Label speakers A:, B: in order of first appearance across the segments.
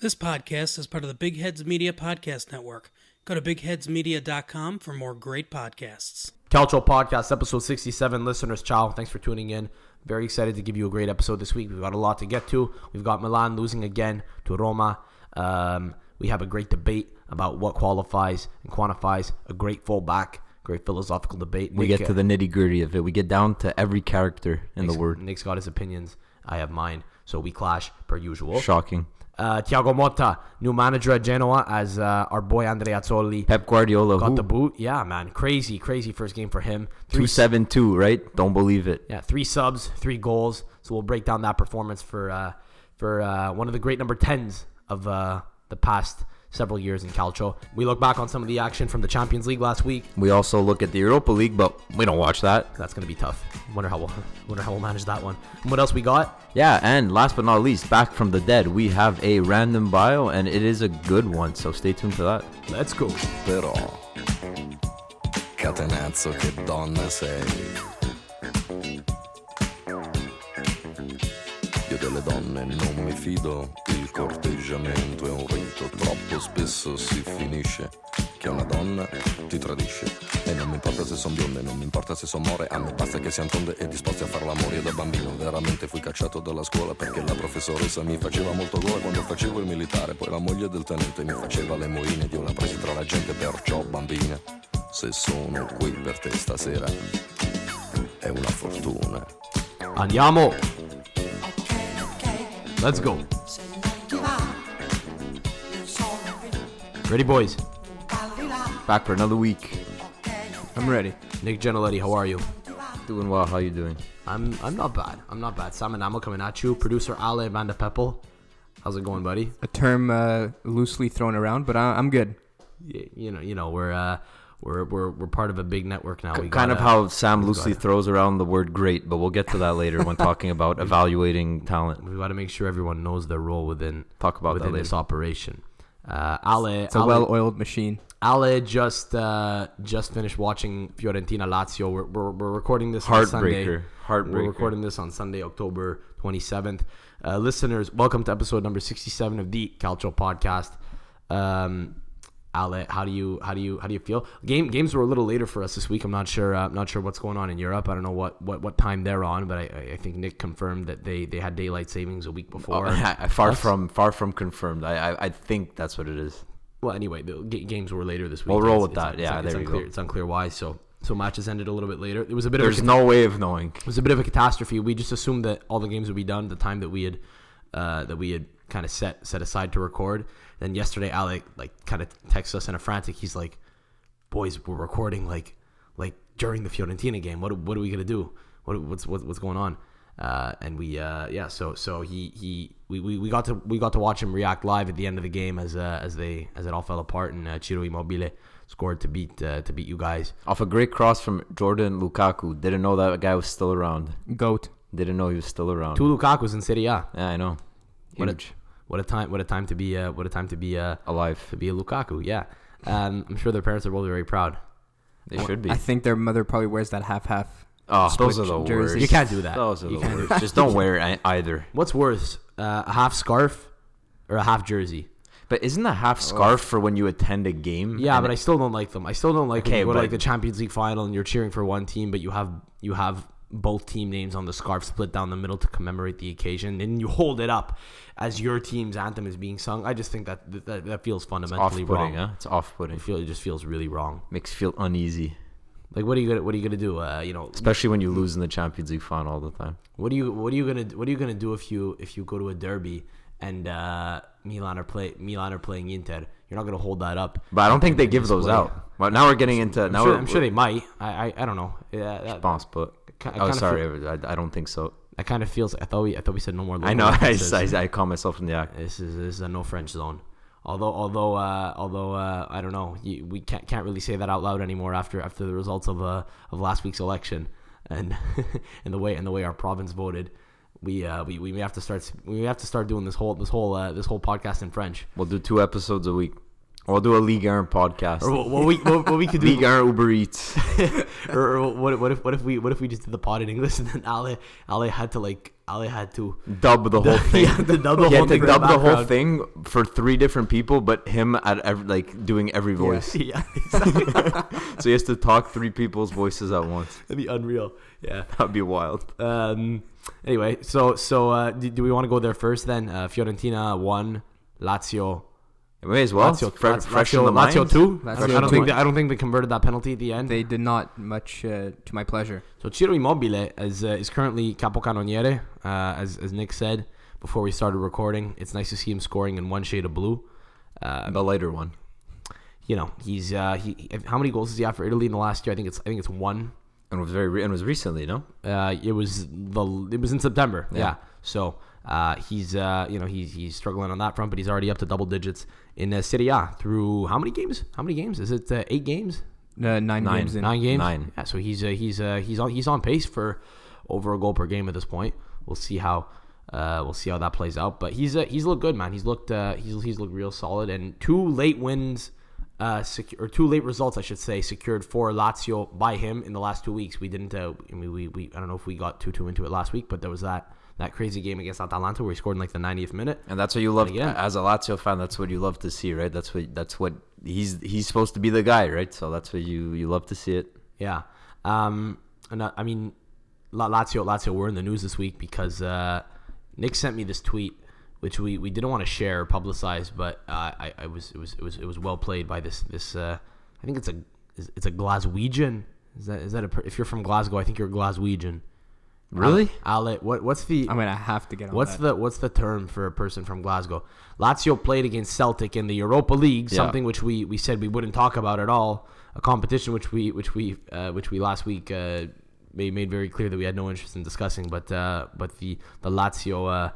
A: This podcast is part of the Big Heads Media Podcast Network. Go to bigheadsmedia.com for more great podcasts.
B: Caltrol Podcast, episode 67. Listeners, ciao. Thanks for tuning in. Very excited to give you a great episode this week. We've got a lot to get to. We've got Milan losing again to Roma. Um, we have a great debate about what qualifies and quantifies a great fullback. Great philosophical debate.
C: We
B: Nick,
C: get to
B: uh,
C: the nitty gritty of it. We get down to every character in the
B: Nick's-
C: word.
B: Nick's got his opinions. I have mine. So we clash per usual.
C: Shocking.
B: Uh, Thiago Motta, new manager at Genoa, as uh, our boy Andrea Azzoli
C: Pep Guardiola,
B: got
C: who?
B: the boot. Yeah, man. Crazy, crazy first game for him. Three
C: 272, right? Don't believe it.
B: Yeah, three subs, three goals. So we'll break down that performance for uh, for uh, one of the great number tens of uh, the past several years in Calcio. We look back on some of the action from the Champions League last week.
C: We also look at the Europa League, but we don't watch that.
B: That's gonna be tough. Wonder how we'll wonder how we'll manage that one. And what else we got?
C: Yeah, and last but not least, back from the dead, we have a random bio, and it is a good one, so stay tuned for that.
B: Let's go.
D: Però, catenazzo che donna sei. Io delle donne non mi fido, il corteggiamento è un rito, troppo spesso si finisce che una donna ti tradisce. E non mi importa se son bionde, non mi importa se son more, a me basta che siano tonde e disposte a far l'amore. Io da bambino veramente fui cacciato dalla scuola perché la professoressa mi faceva molto gola quando facevo il militare, poi la moglie del tenente mi faceva le moine, io la presi tra la gente, perciò bambina, se sono qui per te stasera è una fortuna.
B: Andiamo. Let's go. Ready, boys.
C: Back for another week. I'm ready.
B: Nick Genoletti, how are you?
C: Doing well. How you doing?
B: I'm I'm not bad. I'm not bad. Simon Amo coming at you. Producer Ale Van de Peppel. How's it going, buddy?
E: a term uh, loosely thrown around, but I, I'm good.
B: y- you know, you know, we're uh, we're we're we're part of a big network now. We
C: kind of
B: gotta-
C: how Sam
B: we
C: loosely
B: gotta-
C: throws around the word great, but we'll get to that later when talking about evaluating talent.
B: we got to make sure everyone knows their role within
C: Talk about that
B: within
C: later.
B: this operation. Uh, Ale,
E: It's a
B: Ale-
E: well-oiled machine.
B: Ale just uh, just finished watching Fiorentina Lazio. We're, we're, we're recording this on Sunday.
C: Heartbreaker.
B: We're
C: Heartbreaker.
B: recording this on Sunday, October 27th. Uh, listeners, welcome to episode number 67 of the Calcio podcast. Um, Ale, how do you how do you how do you feel? Game games were a little later for us this week. I'm not sure uh, I'm not sure what's going on in Europe. I don't know what, what, what time they're on, but I, I- I think Nick confirmed that they, they had daylight savings a week before.
C: Oh, far from far from confirmed. I, I I think that's what it is.
B: Well, anyway, the g- games were later this week.
C: We'll roll
B: It's-
C: with
B: it's-
C: that.
B: it's-
C: Yeah,
B: it's
C: there we go.
B: unclear, It's unclear why. So, so matches ended a little bit later. It was a bit of a,
C: There's
B: cat-
C: no way of knowing.
B: it was a bit of a catastrophe. We just assumed that all the games would be done at the time that we had uh, that we had kind of set set aside to record. Then yesterday, Alec like kind of texts us in a frantic. He's like, "Boys, we're recording like like during the Fiorentina game. What what are we gonna do? What what's what, what's going on?" Uh, and we uh, yeah, so so he he we, we, we got to we got to watch him react live at the end of the game as uh, as they as it all fell apart and uh, Ciro Immobile scored to beat uh, to beat you guys.
C: Off a great cross from Jordan Lukaku. Didn't know that guy was still around.
E: Goat.
C: Didn't know he was still around.
B: Two Lukaku's in Serie A.
C: Yeah, I know.
B: What a,
C: Huge.
B: what a time! What a time to be! Uh, what a time to be! Uh,
C: Alive.
B: to be a Lukaku. Yeah, um, I'm sure their parents are both very proud.
C: They should be.
E: I think their mother probably wears that half-half.
C: oh, those are
E: Switch
C: the worst.
E: jerseys.
B: You can't do that.
C: Those are
B: You
C: the
B: can't do-
C: worst. Just don't wear it either.
B: What's worse, uh, a half scarf or a half jersey?
C: But isn't a half scarf for when you attend a game?
B: Oh. Yeah,
C: And
B: but I still don't like them. I still don't like when
C: Okay,
B: you go to,
C: but-
B: like the Champions League final and you're cheering for one team, but you have you have both team names on the scarf split down the middle to commemorate the occasion, and you hold it up as your team's anthem is being sung. I just think that that, that feels fundamentally wrong.
C: off-putting, huh? It's off-putting.
B: I feel it just feels really wrong.
C: Makes you feel uneasy,
B: Like, what are you gonna what are you gonna do? Uh, you know,
C: especially when you lose in the Champions League final all the time.
B: What do you what are you gonna what are you gonna do if you if you go to a derby and uh, Milan are play Milan are playing Inter? You're not gonna hold that up.
C: But I don't think they give those
B: Display.
C: out. Well, now we're getting into
B: I'm,
C: now.
B: sure,
C: we're,
B: I'm sure they might. I I, I don't know. Yeah, that,
C: response, but
B: Ki- I
C: oh,
B: kinda
C: sorry, I, I don't think so.
B: that kind of feels. I thought we I thought we said no more.
C: I know. I,
B: references.
C: I, I caught myself in the act.
B: This is this is a no French zone. Although although uh, although uh, I don't know, you, we can't can't really say that out loud anymore after after the results of uh, of last week's election and and the way and the way our province voted. We, uh, we, we have to start we have to start doing this whole this whole uh, this whole podcast in French.
C: We'll do two episodes a week. Or do a League Aaron podcast.
B: Or what, what we what, what we could do?
C: League Aaron Uber Eats.
B: or, or what, what if what if we what if we just did the pod in English and then Ale Ale had to like Ale had to
C: Dub the whole thing.
B: he had to dub the whole
C: he had to
B: thing. for
C: dub the whole
B: background.
C: thing for three different people, but him at every, like doing every voice.
B: Yeah, exactly.
C: so he has to talk three people's voices at once.
B: that'd be unreal. Yeah.
C: That'd be wild.
B: Um. Anyway, so so uh, do, do we want to go there first? Then uh, Fiorentina one, Lazio.
C: May as well.
B: Lazio,
C: Fre-
B: Laz-
C: fresh in
B: Lazio,
C: the mind.
B: Lazio two. I don't-
E: Lazio
B: I don't
E: two.
B: think they, I don't think they converted that penalty at the end.
E: They did not much uh, to my pleasure.
B: So Ciro Immobile is, uh, is currently capocannoniere, uh, as, as Nick said before we started recording. It's nice to see him scoring in one shade of blue. Uh,
C: The lighter one.
B: you know, he's uh, he, he- how many goals does he have for Italy in the last year? I think it's I think it's one.
C: And was very re- and was recently, no?
B: Uh, it was the it was in September. Yeah.
C: Yeah.
B: So uh, he's uh, you know he's he's struggling on that front, but he's already up to double digits in uh, Serie A through how many games? How many games? Is it uh, eight games?
E: Uh, nine,
C: Nine.
E: games in.
B: Nine games.
C: Nine.
B: Yeah, so he's uh, he's uh, he's on he's on pace for over a goal per game at this point. We'll see how uh, we'll see how that plays out. But he's uh, he's looked good, man. He's looked uh, he's he's looked real solid. And two late wins, uh, secu- or two late results, I should say, secured for Lazio by him in the last two weeks. We didn't. Uh, I mean, we, we I don't know if we got two two into it last week, but there was that that crazy game against Atalanta where he scored in like the 90th minute.
C: And that's what you love
B: Again.
C: as a Lazio fan. That's what you love to see, right? That's what that's what he's he's supposed to be the guy, right? So that's what you you love to see it.
B: Yeah. Um, and I, I mean, La- Lazio, Lazio were in the news this week because uh, Nick sent me this tweet, which we, we didn't want to share or publicize, but uh, I, I was it was it was it was well played by this this uh, I think it's a is- it's a Glaswegian. Is that is that a per- if you're from Glasgow, I think you're Glaswegian.
C: Really?
B: Ale, what what's the
E: I'm gonna have to get on
B: What's
E: that.
B: the what's the term for a person from Glasgow? Lazio played against Celtic in the Europa League,
C: Yeah.
B: something which we, we said we wouldn't talk about at all. A competition which we which we uh, which we last week uh, made made very clear that we had no interest in discussing. But uh, but the the Lazio uh,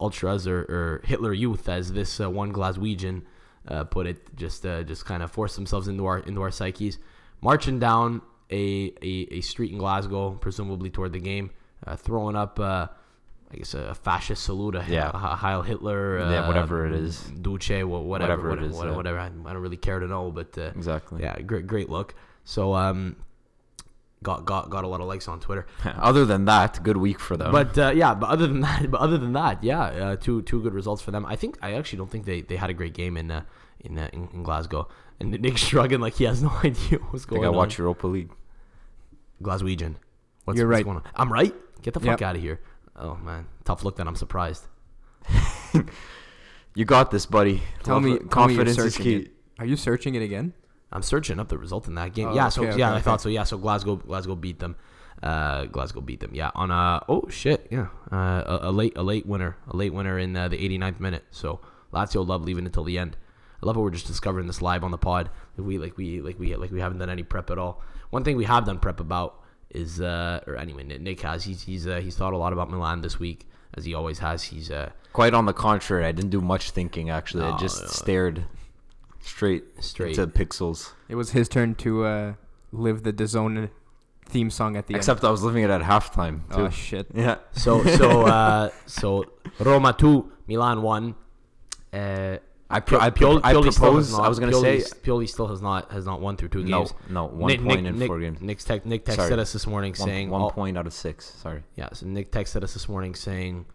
B: ultras or, or Hitler Youth, as this uh, one Glaswegian uh, put it, just uh, just kind of forced themselves into our into our psyches, marching down a a, a street in Glasgow, presumably toward the game, uh, throwing up. Uh, I guess a fascist salute, a
C: Yeah.
B: a Heil Hitler, uh,
C: Yeah, whatever it is.
B: Duce, wha- whatever, whatever,
C: Whatever it
B: whatever,
C: is,
B: whatever,
C: yeah.
B: I I don't really care to know, but uh,
C: Exactly.
B: yeah, great, great look. So um, got got got a lot of likes on Twitter.
C: Other than that, good week for
E: Um,
C: them.
B: But uh, yeah, but other than that, but other than that, yeah, uh, two two good results for them. I think I actually don't think they, they had a great game in uh, in, uh, in in Glasgow. And Nick shrugging like he has no idea what's
C: I
B: going
C: think I
B: on.
C: watch Europa League.
B: Glaswegian. What's,
E: You're
B: what's
E: right.
B: going on? I'm right. Get the fuck
E: Yep.
B: out of here. Oh man, tough look. That I'm surprised.
C: You got this, buddy.
E: Tell me,
C: Conf-
E: tell me you're
C: confidence is
E: searching
C: key.
E: it. Are you searching it again?
B: I'm searching up the result in that game.
E: Oh,
B: yeah, so
E: okay,
B: yeah,
E: okay,
B: I
E: okay.
B: thought so. Yeah, so Glasgow, Glasgow beat them. Uh, Glasgow beat them. Yeah, on a oh shit, yeah, uh, a, a late a late winner, a late winner in uh, the 89th minute. So Lazio love leaving until the end. I love how we're just discovering this live on the pod. We like we like we like we haven't done any prep at all. One thing we have done prep about is uh or anyway Nick Nick has he's he's uh, he's thought a lot about Milan this week as he always has. He's uh
C: Quite on the contrary, I didn't do much thinking actually. I just stared straight,
B: Oh, Straight.
C: to pixels.
E: It was his turn to uh, live the DAZN theme song at the
C: Except I was living it at halftime
E: end.
C: too.
E: Oh shit!
C: yeah.
B: so so uh so Roma two Milan one. Uh,
C: I pro- I,
B: Pioli,
C: pro-
B: Pioli
C: I
B: still has
C: propose.
B: not-
C: I was gonna
B: Pioli,
C: say
B: Pioli still has not has not won through two
C: No,
B: games.
C: no, one point in four games.
B: Nick's tec- Nick texted
C: Sorry.
B: us this morning
C: one,
B: saying
C: one
B: all-
C: point out of six. Sorry.
B: Yeah, so Nick texted us this morning saying,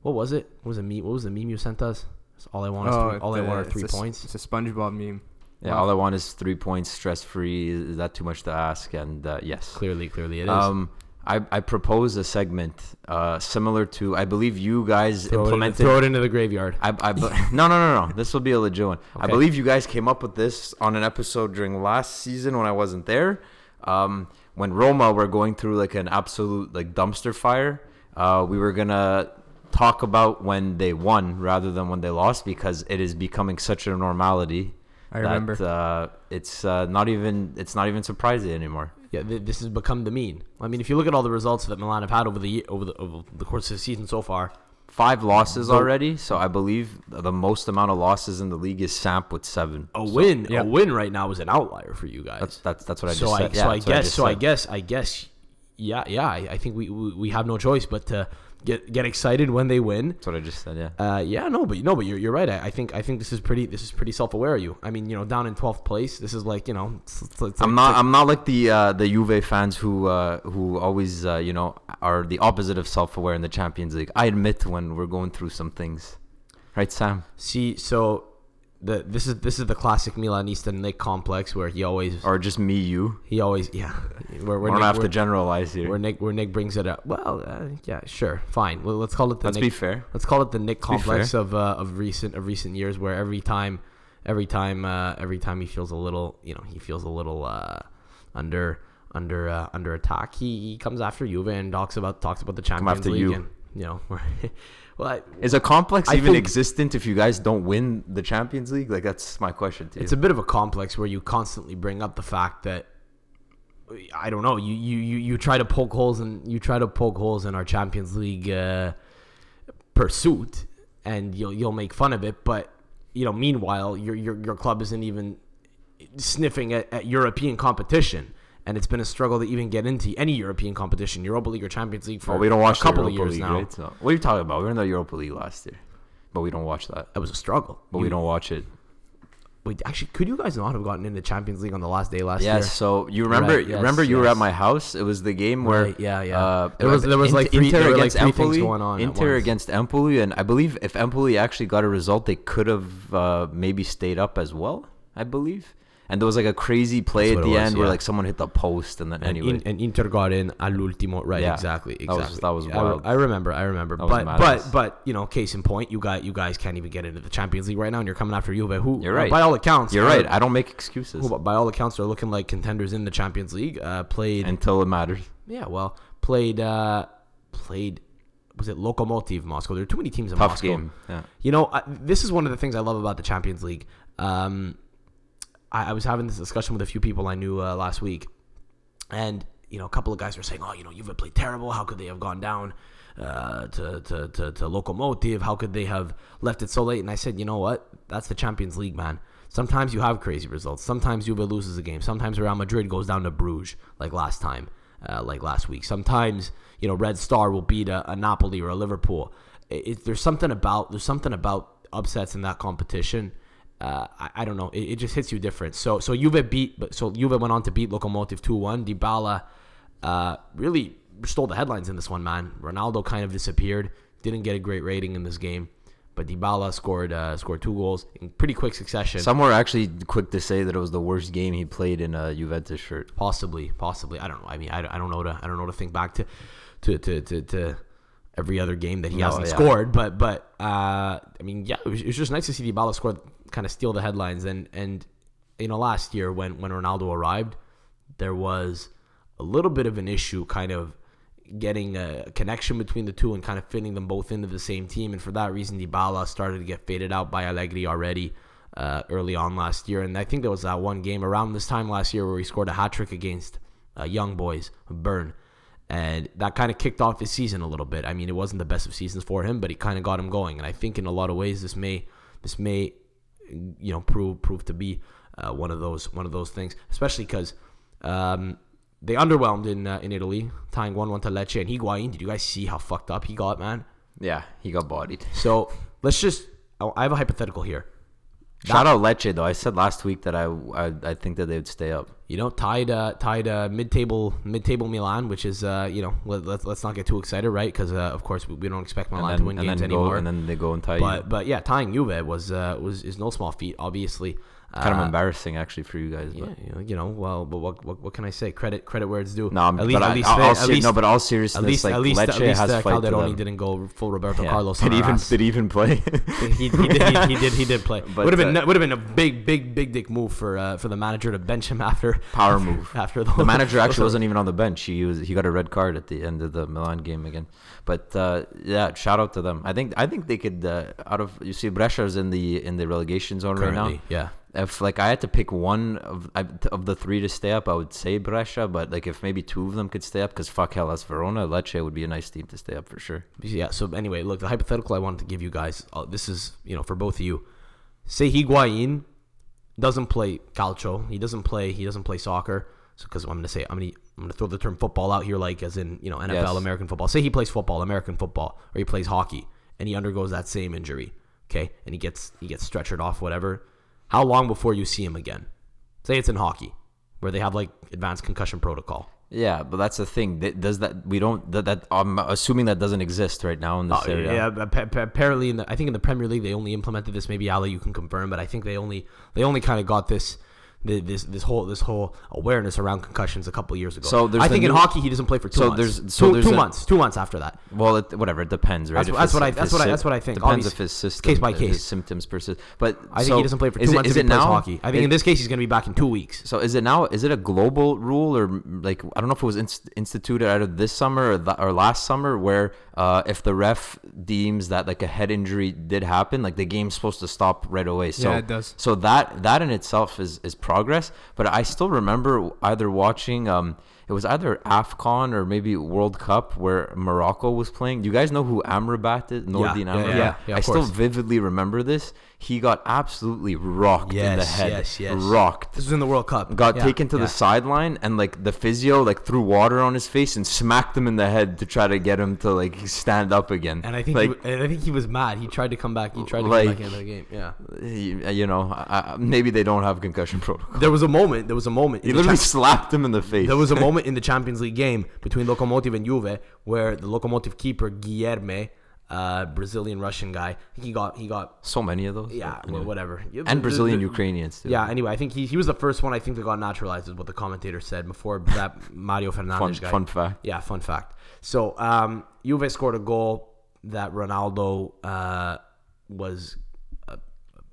B: "What was it? What was the meme? What was the meme you sent us? It's all I want is three all I
E: the-
B: want are
E: Oh, it's
B: three
E: a s-
B: points."
E: It's a SpongeBob meme.
C: Yeah, all I want is three points, stress free. Is that too much to ask? And uh, yes,
B: Clearly, clearly it is.
C: Um, I, I propose a segment uh, similar to I believe you guys
B: throw, it in,
C: implemented.
B: throw it into the graveyard.
C: I, I be- no, no, no, no. This will be a legit one. I
B: Okay.
C: believe you guys came up with this on an episode during last season when I wasn't there. Um, when Roma were going through like an absolute like dumpster fire, uh, we were gonna talk about when they won rather than when they lost because it is becoming such a normality.
E: I remember.
C: That, uh, it's uh, not even it's not even surprising anymore.
B: Yeah, th- this has become the mean. I mean, if you look at all the results that Milan have had over the ye- over the, over the course of the season so far,
C: five losses
B: So-
C: already. So I believe the most amount of losses in the league is Samp with seven.
B: a win,
E: yeah.
B: a win right now is an outlier for you guys.
C: That's that's that's what I
B: so
C: just
B: I
C: said.
B: so I
C: that's what
B: guess
C: just
B: so I
C: said.
B: guess I guess yeah yeah I, I think we, we we have no choice but to get get excited when they win.
C: That's what I just said. Yeah.
B: Uh, yeah, no, but no, but you're, you're right. I, I think I think this is pretty this is pretty self aware of you. I mean, you know, down in twelfth place, this is like you know, it's, it's, it's like-
C: I'm not. I'm not like the uh, the Juve fans who uh, who always uh, you know are the opposite of self aware in the Champions League. I admit when we're going through some things, right, Sam?
B: see. So the this is this is the classic Milanista Nick complex where he always
C: Or just me, you.
B: he always yeah. Where, where,
C: We don't
B: Nick,
C: have to
B: where,
C: generalize here.
B: where Nick where Nick brings it up. Well, uh, yeah, sure, fine. Well, let's call it the
C: Let's
B: Nick,
C: be fair.
B: Let's call it the Nick
C: be
B: complex
C: fair.
B: of uh, of recent of recent years, where every time, every time, uh, every time he feels a little, you know, he feels a little uh, under under uh, under attack. He, he comes after Juve and talks about talks about the Champions
C: after
B: League.
C: you.
B: And, you know, well, I,
C: Is a complex
B: I
C: even
B: think-
C: existent if you guys don't win the Champions League? Like that's my question to you.
B: it's a bit of a complex where you constantly bring up the fact that I don't know. You you you, you try to poke holes and you try to poke holes in our Champions League uh, pursuit, and you'll you'll make fun of it. But you know, meanwhile, your your your club isn't even sniffing at, at European competition. And it's been a struggle to even get into any European competition, Europa League or Champions League for
C: Well, we don't watch
B: a couple
C: the
B: of
C: Europa
B: years
C: League,
B: now.
C: right? So- what are you talking about? We were in the Europa League last year, but we don't watch that.
B: That was a struggle.
C: But we don't watch it.
B: Wait, actually, could you guys not have gotten into Champions League on the last day last
C: Yes.
B: year?
C: So you remember?
B: Right, yes,
C: remember you were
B: yes.
C: at my house. It was the game where
B: Right, yeah, yeah.
C: Uh,
B: There was- there was,
C: Int-
B: like, three- there were, like, three things
C: Empoli,
B: going on at
C: Inter
B: once.
C: against Empoli, and I believe if Empoli actually got a result, they could have uh, maybe stayed up as well. I believe. And there was like a crazy
B: That's
C: play at
B: what it
C: the
B: was,
C: end where
B: yeah.
C: like someone hit the post, and then
B: and,
C: anyway,
B: in, and Inter got in all'ultimo. Right,
C: Yeah.
B: exactly,
C: That was-
B: exactly.
C: that was
B: I re-
C: wild.
B: I, remember, I remember.
C: That was
B: but
C: madness.
B: but but you know, case in point, you got you guys can't even get into the Champions League right now, and you're coming after Juve, who
C: You're
B: uh,
C: right.
B: by all accounts,
C: you're
B: are-
C: right. I don't make excuses
B: who, by all accounts, are looking like contenders in the Champions League. Uh, played,
C: until it matters.
B: yeah, well, played, uh, played. Was it Lokomotiv Moscow? There are too many teams in
C: Tough
B: Moscow.
C: game. Yeah.
B: You know, I, this is one of the things I love about the Champions League. Um, I, I was having this discussion with a few people I knew uh, last week, and you know, a couple of guys were saying, "Oh, you know, Juve played terrible. How could they have gone down uh, to, to to to Lokomotiv? How could they have left it so late?" And I said, "You know what? That's the Champions League, man. Sometimes you have crazy results. Sometimes Juve loses a game. Sometimes Real Madrid goes down to Bruges, like last time, uh, like last week. Sometimes you know Red Star will beat a, a Napoli or a Liverpool. It, it- there's something about there's something about upsets in that competition." uh, I, I don't know. It, it just hits you different. So so Juve beat, but so Juve went on to beat Lokomotiv two one. Dybala uh, really stole the headlines in this one, man. Ronaldo kind of disappeared. Didn't get a great rating in this game, but Dybala scored uh, scored two goals in pretty quick succession.
C: Some were actually quick to say that it was the worst game he played in a Juventus shirt.
B: possibly, possibly. I don't know. I mean, I, I don't know to I don't know to think back to to to to, to every other game that he
C: No,
B: hasn't
C: yeah.
B: scored. But but uh, I mean, yeah, it was, it was just nice to see Dybala score, kind of steal the headlines. And and you know, last year when when Ronaldo arrived, there was a little bit of an issue, kind of getting a connection between the two and kind of fitting them both into the same team. And for that reason, Dybala started to get faded out by Allegri already uh, early on last year. And I think there was that one game around this time last year where he scored a hat trick against uh, Young Boys, Byrne. And that kind of kicked off his season a little bit. I mean, it wasn't the best of seasons for him, but it kind of got him going. And I think in a lot of ways, this may this may you know prove prove to be uh, one of those one of those things, especially because um, they underwhelmed in uh, in Italy, tying one one to Lecce. And Higuain, did you guys see how fucked up he got, man?
C: Yeah, he got bodied.
B: So let's just I I have a hypothetical here.
C: Shout out Lecce though. I said last week that I I, I think that they would stay up.
B: You know, tied uh, tied uh, mid table mid table Milan, which is uh, you know let, let's let's not get too excited, right? Because uh, of course we, we don't expect Milan to win
C: and
B: games
C: then
B: anymore.
C: Go, and then they go and tie
B: but but yeah, tying Juve was uh, was is no small feat, obviously.
C: you. Kind
B: Uh,
C: of embarrassing actually for you guys. But
B: yeah, you know, you know, well, but what, what what can I say? Credit credit where it's due.
C: no, I'm,
B: at least,
C: but
B: at
C: I-
B: least,
C: all-
B: they-
C: all
B: at
C: ser-
B: least
C: no, but all seriousness,
B: at least
C: like
B: at least,
C: Lecce
B: at least
C: has
B: uh,
C: fight to
B: Calderoni
C: them.
B: didn't go full Roberto
C: Yeah.
B: Carlos.
C: Did
B: on
C: he
B: our
C: even
B: ass.
C: did he even play?
B: he, he, did, he, he did he did play.
C: But,
B: would have been
C: uh,
B: would have been a big big big dick move for uh, for the manager to bench him after
C: Power move.
B: after
C: the manager actually wasn't even on the bench. He was he got a red card at the end of the Milan game again. But uh, yeah, shout out to them. I think I think they could uh, out of you see Brescia's in the in the relegation zone right now.
B: Currently, yeah.
C: If like I had to pick one of I- of the three to stay up, I would say Brescia. But like if maybe two of them could stay up, because fuck hell, as Verona, Lecce would be a nice team to stay up for sure.
B: Yeah. So anyway, look, the hypothetical I wanted to give you guys. Uh, this is you know for both of you. Say Higuain doesn't play calcio. He doesn't play. He doesn't play soccer. So because I'm gonna say I'm gonna I'm gonna throw the term football out here, like as in you know NFL,
C: Yes.
B: American football. Say he plays football, American football, or he plays hockey, and he undergoes that same injury. Okay, and he gets he gets stretchered off, whatever. How long before you see him again? Say it's in hockey, where they have like advanced concussion protocol.
C: Yeah, but that's the thing. Th- Does that we don't that, that I'm assuming that doesn't exist right now in this
B: Oh,
C: area.
B: Yeah, but pa- pa- apparently, in the, I think in the Premier League they only implemented this. Maybe Ali, you can confirm, but I think they only they only kind of got this. the- This this whole this whole awareness around concussions a couple years ago.
C: So there's
B: I
C: the
B: think in
C: new-
B: hockey he doesn't play for two
C: so
B: months.
C: there's- so
B: two,
C: there's
B: two
C: a-
B: months. Two months after that.
C: Well, it, whatever it depends, right?
B: That's-
C: If
B: that's
C: his-
B: what I-
C: if
B: that's
C: his
B: what I-
C: sy-
B: that's what I think.
C: Depends
B: Obvious-
C: if his system,
B: case by
C: if his
B: case.
C: symptoms persist. But
B: I think
C: so
B: he doesn't play for two
C: is it-
B: months.
C: Is
B: if
C: it
B: he plays
C: now?
B: hockey. I think
C: It-
B: in this case he's going to be back in two weeks.
C: So is it now? Is it a global rule or mm, like I don't know if it was inst- instituted either this summer or, th- or last summer, where uh, if the ref deems that like a head injury did happen, like the game's supposed to stop right away. So
E: Yeah, it does.
C: So that that in itself is is progress. But I still remember either watching. Um, it was either Afcon or maybe World Cup where Morocco was playing. Do you guys know who Amrabat is? Nordin
B: yeah,
C: Amrabat.
B: yeah, yeah, of
C: I still
B: course.
C: vividly remember this. He got absolutely rocked in the
B: Yes,
C: head.
B: yes, yes.
C: Rocked
B: This was in the World Cup.
C: got
B: Yeah,
C: taken to
B: yeah.
C: the sideline and like the physio like threw water on his face and smacked him in the head to try to get him to like stand up again.
B: And I think
C: like
B: he, wa- and I think he was mad. He tried to come back. He tried to come
C: Like-
B: back into the game. Yeah.
C: he- you know I, I- maybe they don't have concussion protocol.
B: There was a moment. There was a moment.
C: He
B: in the
C: literally
B: Champions-
C: slapped him in the face.
B: There was a moment in the Champions League game between Lokomotiv and Juve where the Lokomotiv keeper Guilherme, uh, Brazilian Russian guy, he got he got
C: so many of those.
B: yeah
C: Anyway.
B: well, whatever
C: and Brazilian
B: Ukraine.
C: Ukrainians too.
B: Yeah. Anyway, I think he, he was the first one. I think that got naturalized is what the commentator said before that Mario
C: fun,
B: Fernandez guy.
C: fun fact.
B: Yeah, fun fact. So um, Juve scored a goal that Ronaldo uh, was a,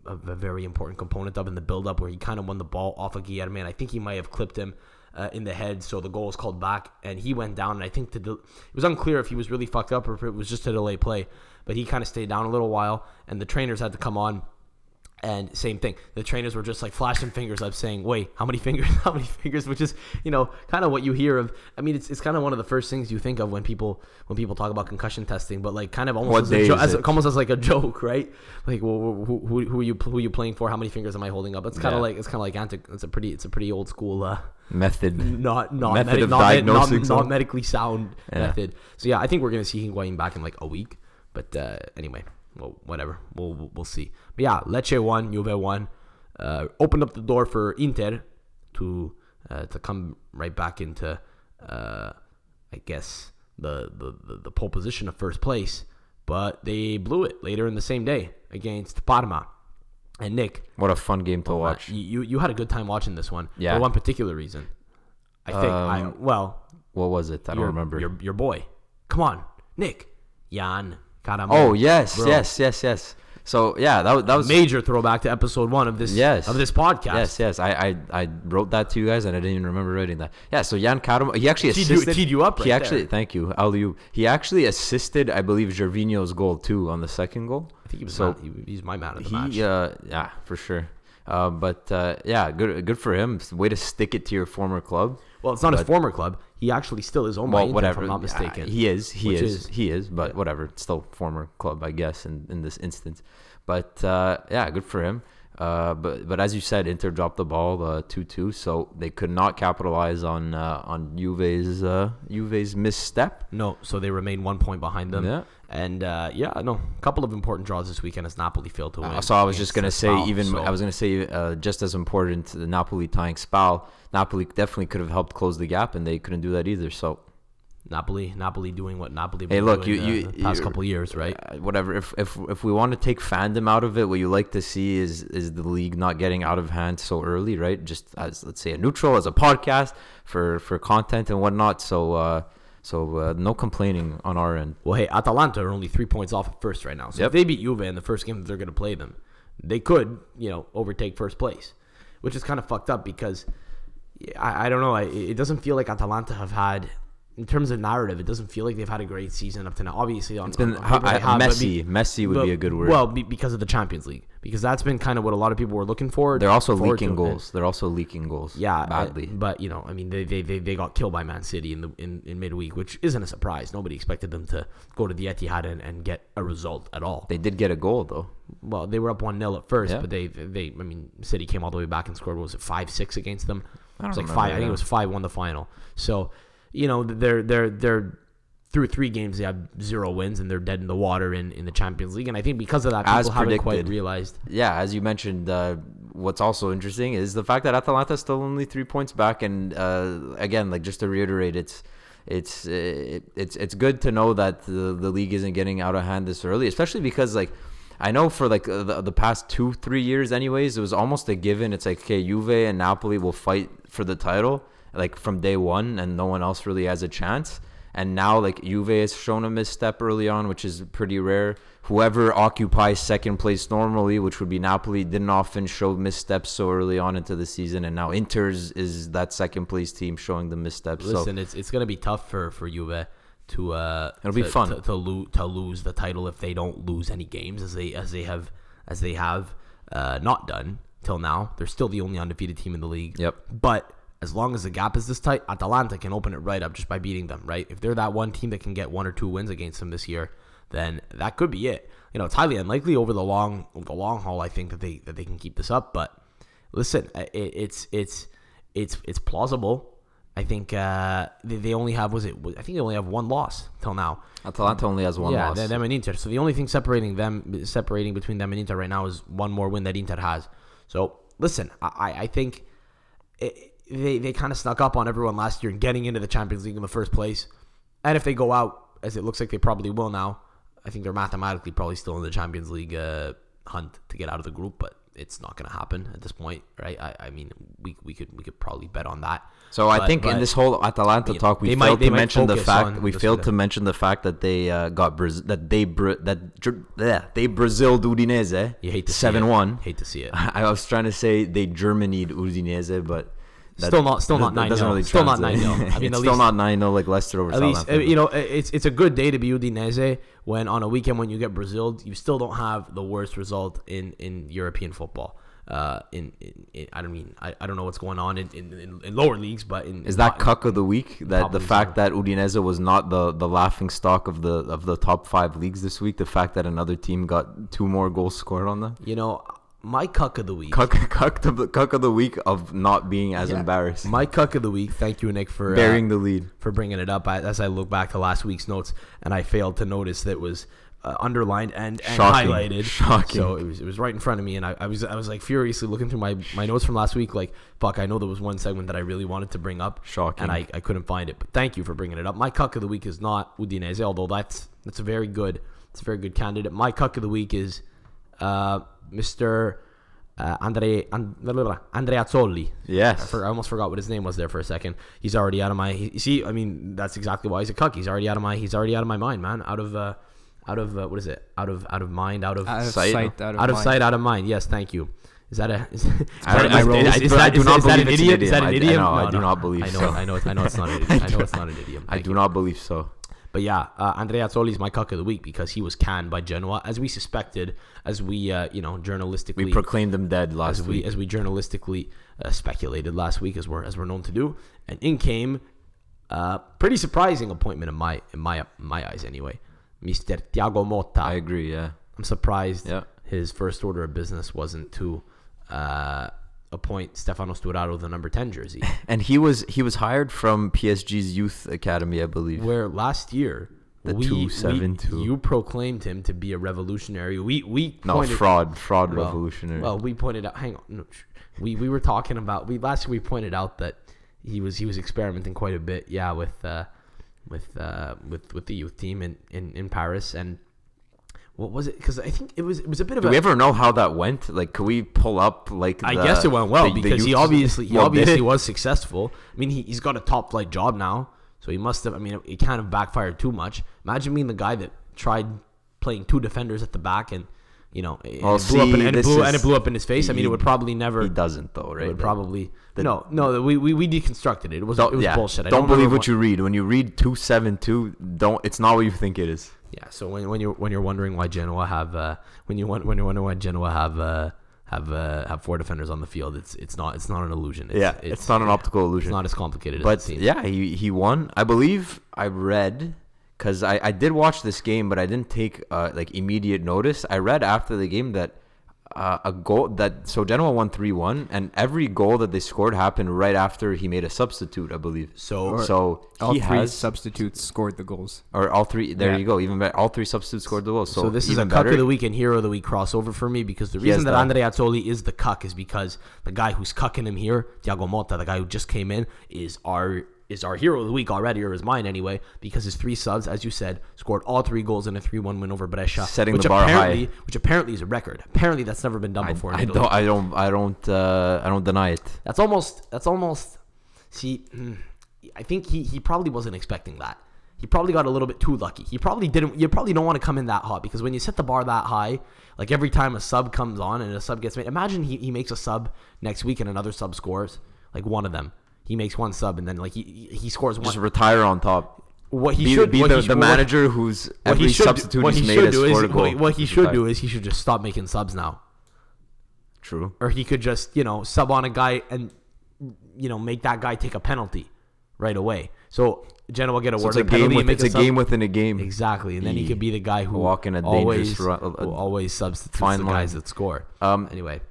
B: a, a very important component of in the build-up, where he kind of won the ball off of Guillermo, and I think he might have clipped him uh, in the head. So the goal was called back, and he went down. And I think to del- it was unclear if he was really fucked up or if it was just a delay play, but he kind of stayed down a little while, and the trainers had to come on. And same thing, the trainers were just like flashing fingers up, saying, "Wait, how many fingers? How many fingers?" Which is, you know, kind of what you hear of. I mean, it's, it's kind of one of the first things you think of when people when people talk about concussion testing, but like kind of almost
C: What
B: as
C: day
B: a jo-
C: is
B: as,
C: it?
B: almost as like a joke, right? Like, well, who, who, who are you who are you playing for? How many fingers am I holding up? It's kind of
C: Yeah.
B: like it's kind of like anti. It's a pretty it's a pretty old school. Uh,
C: Method.
B: not not
C: Method
B: medi-
C: of
B: not, med- not,
C: diagnosing
B: not
C: someone.
B: medically sound
C: Yeah.
B: method. So yeah, I think we're gonna see Higuain back in like a week. But uh, anyway, well, whatever. We'll we'll- we'll see. But yeah, Lecce won, Juve won. Uh, opened up the door for Inter to uh, to come right back into, uh, I guess the, the the the pole position of first place. But they blew it later in the same day against Parma. And Nick,
C: What a fun game to
B: Oh,
C: watch.
B: you, you you had a good time watching this one
C: Yeah.
B: for one particular reason. I think I well,
C: What was it? I don't
B: your,
C: remember.
B: your your boy. Come on, Nick, Jan Karam.
C: oh yes,
B: Bro.
C: yes, yes, yes. So yeah, that, wa- that was
B: major throwback to episode one of this
C: Yes.
B: of this podcast.
C: Yes, yes. I, I I wrote that to you guys, and I didn't even remember writing that. Yeah. So Jan Kadam, he actually
B: Teed you-
C: assisted.
B: teed you up
C: he
B: right
C: actually,
B: there.
C: thank you, Aliu. He actually assisted, I believe, Gervinho's goal too on the second goal.
B: I think he was
C: so.
B: man- he- he's my man of the match.
C: He, uh, yeah, for sure. Uh, but uh, yeah, good, good for him. Way to stick it to your former club.
B: well, it's not his former club. He actually still is owned by
C: Well,
B: Inter,
C: whatever.
B: if I'm not
C: Yeah,
B: mistaken.
C: he is. He
B: Which
C: is,
B: is-
C: He is. But whatever. It's still former club, I guess, in, in this instance. But uh, yeah, good for him. Uh, but but as you said, Inter dropped the ball two two, so they could not capitalize on uh, on Juve's uh, Juve's misstep.
B: No, so they remain one point behind them.
C: Yeah.
B: And uh, yeah, no, a couple of important draws this weekend as Napoli failed to win.
C: Uh, so I was just gonna
B: against
C: say,
B: Espal,
C: even
B: so-
C: I was gonna say, uh, just as important, the Napoli tying Spal. Napoli definitely could have helped close the gap, and they couldn't do that either. So
B: Napoli, Napoli doing what Napoli.
C: Hey,
B: been
C: look,
B: doing
C: you-
B: the-
C: you-
B: the past
C: you-
B: couple years, right?
C: uh, whatever. If if if we want to take fandom out of it, what you like to see is is the league not getting out of hand so early, right? Just as let's say a neutral, as a podcast for for content and whatnot. So uh, so uh, no complaining on our end.
B: Well, hey, Atalanta are only three points off of first right now. So
C: Yep.
B: if they beat Juve in the first game that they're going to play them, they could, you know, overtake first place, which is kind of fucked up because I, I don't know. I, it doesn't feel like Atalanta have had, in terms of narrative, it doesn't feel like they've had a great season up to now. Obviously, on,
C: been-
B: on paper
C: I-
B: they have, but
C: messy- messy would be a good word.
B: Well, be, because of the Champions League, because that's been kind of what a lot of people were looking for.
C: They're also
B: forward
C: leaking
B: to. And-
C: goals. They're also leaking goals.
B: yeah, uh,
C: badly.
B: But you know, I mean, they they, they, they got killed by Man City in the in, in midweek, which isn't a surprise. Nobody expected them to go to the Etihad and, and get a result at all.
C: they did get a goal though.
B: well, they were up one 0 at first,
C: Yeah.
B: but they they I mean, City came all the way back and scored what was it five six against them.
C: I
B: It's
C: don't
B: like five. I think
C: remember,
B: it was five won the final. So, you know, they're they're they're through three games they have zero wins and they're dead in the water in, in the Champions League. And I think because of that, people
C: As
B: haven't quite
C: predicted.
B: realized.
C: yeah, as you mentioned, uh, what's also interesting is the fact that Atalanta's still only three points back. And uh, again, like just to reiterate, it's it's uh, it's it's good to know that the, the league isn't getting out of hand this early, especially because like I know for like uh, the, the past two three years, anyways, it was almost a given. It's like okay, Juve and Napoli will fight for the title like from day one, and no one else really has a chance. And now, like Juve has shown a misstep early on, which is pretty rare. Whoever occupies second place normally, which would be Napoli, didn't often show missteps so early on into the season. And now Inter's is that second place team showing the missteps.
B: Listen, it's it's gonna be tough for for Juve to uh
C: It'll be
B: to-
C: fun.
B: to, to lose to lose the title if they don't lose any games as they as they have as they have uh, not done till now. They're still the only undefeated team in the league.
C: Yep.
B: But as long as the gap is this tight, Atalanta can open it right up just by beating them. Right? If they're that one team that can get one or two wins against them this year, then that could be it. You know, it's highly unlikely over the long over the long haul. I think that they that they can keep this up, but listen, uh, I- it, it's it's it's it's plausible. I think so. they, they only have was it I think they only have one loss till now.
C: so Atalanta only has one
B: yeah,
C: loss.
B: th- them and Inter. So the only thing separating them separating between them and Inter right now is one more win that Inter has. So listen, I, I- I think it, they they kind of snuck up on everyone last year in getting into the Champions League in the first place. And if they go out, as it looks like they probably will now, I think they're mathematically probably still in the Champions League uh, hunt to get out of the group, but it's not going to happen at this point, right? I, I mean, we, we could we could probably bet on that.
C: So I
B: But-
C: think
B: but-
C: in this whole Atalanta
B: Yeah,
C: talk, we
B: they
C: failed
B: might- they
C: to
B: might
C: mention the
B: focus
C: fact
B: on
C: we
B: this
C: failed to
B: guy.
C: mention the fact that they uh, got Braz- that they Bra- that Dr- bleh, they Braziled Udinese
B: you hate to see it.
C: seven one.
B: Hate to see it.
C: I I was trying to say they Germanied Udinese, but that
B: Still not- still
C: do-
B: not
C: that
B: 9-0. Still not
C: translate.
B: 9-0. I mean,
C: it's
B: at
C: still
B: least-
C: not nine zero like Leicester over
B: At least uh,
C: Southampton.
B: you know i- it's it's a good day to be Udinese when on a weekend when you get Brazil, you still don't have the worst result in, in European football. Uh, in, in, in I don't mean I, I don't know what's going on in, in, in, in lower leagues, but in
C: is
B: in
C: that
B: top-
C: cuck of the week? That the
B: uh, Probably
C: fact that Udinese was not the, the laughing stock of the of the top five leagues this week. The fact that another team got two more goals scored on them.
B: you know my cuck of the week.
C: Cuck, cuck, the, cuck of the week of not being as embarrassed,
B: My cuck of the week. Thank you, Nick, for uh,
C: bearing the lead.
B: for bringing it up. I, as I look back to last week's notes, and I failed to notice that it was uh, underlined and, and
C: Shocking.
B: highlighted.
C: Shocking.
B: So it was, it was right in front of me, and I, I was I was like furiously looking through my, my notes from last week. Like fuck, I know there was one segment that I really wanted to bring up.
C: Shocking.
B: And I, I couldn't find it. But thank you for bringing it up. My cuck of the week is not Udinese, although that's that's a very good it's a very good candidate. My cuck of the week is uh, Mr. Uh, Andre and, Andrea Zolli.
C: Yes.
B: I, for- I almost forgot what his name was there for a second. He's already out of my. He, you see, I mean, that's exactly why he's a cuck. He's already out of my. He's already out of my mind, man. Out of, uh, out of uh, what is it? Out of out of mind. Out of
E: Out of
C: Sight,
E: sight,
C: no.
E: out of,
B: out of
E: mind.
B: sight, out of mind. Yes, thank you. Is that a? Is, is
C: I
B: that,
C: don't- I
B: is-
C: roll-
B: is- is
C: but I
B: that-
C: do
B: is-
C: not
B: is that
C: believe
B: an
C: it's an
B: idiot? Is that
C: idiom.
B: an
C: I- I
B: idiom?
C: know, I
B: No,
C: do
B: no.
C: not believe
B: I know,
C: so.
B: I know. it- I know it's not an idiom. I know it's not an idiom.
C: I
B: Thank
C: do
B: you.
C: not believe so.
B: But yeah, uh, Andrea Zoli is my cuck of the week because he was canned by Genoa, as we suspected, as we uh, you know journalistically
C: We proclaimed them dead
B: as
C: last
B: we
C: week.
B: as we journalistically uh, speculated last week, as we're as we're known to do. And in came uh, pretty surprising appointment in my in my my eyes anyway, Mister Thiago Motta.
C: I agree. Yeah.
B: I'm surprised
C: Yeah.
B: his first order of business wasn't to uh, appoint Stefano Sturaro the number ten jersey,
C: And he was he was hired from PSG's youth academy, I believe.
B: where last year.
C: The
B: we-
C: 272.
B: we- You proclaimed him to be a revolutionary. We we
C: no,
B: pointed-
C: fraud, fraud
B: Well-
C: revolutionary.
B: Well, we pointed out. Hang on, no, sh- we we were talking about we last week we pointed out that he was he was experimenting quite a bit, yeah, with uh, with uh, with with the youth team in in, in Paris and what was it? Because I think it was it was a bit of
C: do
B: a
C: we ever know how that went? Like, could we pull up like?
B: I
C: the-
B: guess it went well
C: the- the
B: because he
C: youth-
B: obviously he
C: Well, did
B: obviously
C: it?
B: was successful. I mean, he, he's got a top flight job now, so he must have. I mean, it kind of backfired too much. Imagine being the guy that tried playing two defenders at the back and you know it,
C: Oh,
B: it blew up and,
C: see,
B: and it
C: this
B: blew, and
C: is-
B: it blew up in his face. I mean,
C: he-
B: it would probably never.
C: He doesn't though,
B: It
C: right?
B: would
C: Like,
B: probably
C: the-
B: no no. We, we we deconstructed it. It was
C: Don't,
B: it was
C: yeah,
B: bullshit. I
C: don't, believe
B: remember
C: what you read. When you read two seven two, don't. It's not what you think it is.
B: Yeah. So when, when you're when you're wondering why Genoa have uh, when you want when you're wondering why Genoa have uh, have uh, have four defenders on the field, it's it's not it's not an illusion. It's,
C: yeah, it's, not an optical illusion.
B: It's not as complicated
C: but
B: as it seems.
C: yeah, he, he won. I believe I read because I, I did watch this game, but I didn't take uh, like immediate notice. I read after the game that uh, a goal that so Genoa won three one, and every goal that they scored happened right after he made a substitute, I believe.
B: So-
C: so
E: All
C: he
E: three
C: has
E: substitutes scored the goals.
C: or all three. There
E: Yeah.
C: you go. Even better, all three substitutes scored the goal. So,
B: So this is a
C: even
B: cuck
C: better.
B: of the week and hero of the week crossover for me because the
C: Yes,
B: reason that
C: that-
B: Andre Azzoli is the cuck is because the guy who's cucking him here, Thiago Motta, the guy who just came in, is our is our hero of the week already, or is mine anyway, because his three subs, as you said, scored all three goals in a three one win over Brescia.
C: Setting
B: which
C: the bar
B: apparently,
C: high.
B: Which apparently is a record. Apparently that's never been done before in
C: I
B: Italy.
C: don't. I don't. I don't. Uh, I don't deny it.
B: That's almost. That's almost. See, mm, I think he he probably wasn't expecting that. He probably got a little bit too lucky. He probably didn't. You probably don't want to come in that hot because when you set the bar that high, like every time a sub comes on and a sub gets made, imagine he, he makes a sub next week and another sub scores, like one of them. He makes one sub and then like he he he scores one.
C: Just retire on top.
B: what he
C: be
B: should
C: be
B: what
C: the,
B: he
C: the
B: should- what-
C: manager who's
B: what
C: every
B: he should do-
C: substitute
B: what
C: he's
B: he
C: made
B: should
C: has
B: do
C: scored a
B: is
C: goal.
B: what, what he
C: Just
B: should
C: retire.
B: do is he should just stop making subs now.
C: true.
B: or he could just you know sub on a guy and you know make that guy take a penalty right away. So Genoa get
C: So it's
B: awarded
C: a
B: a penalty
C: game.
B: and
C: With,
B: make
C: it's a
B: sub.
C: game within a game.
B: exactly, and then he
C: E.
B: could be the guy who
C: Walk in a dangerous
B: always
C: ru-
B: who always substitutes
C: fine
B: the guys
C: line.
B: that score.
C: Um,
B: anyway,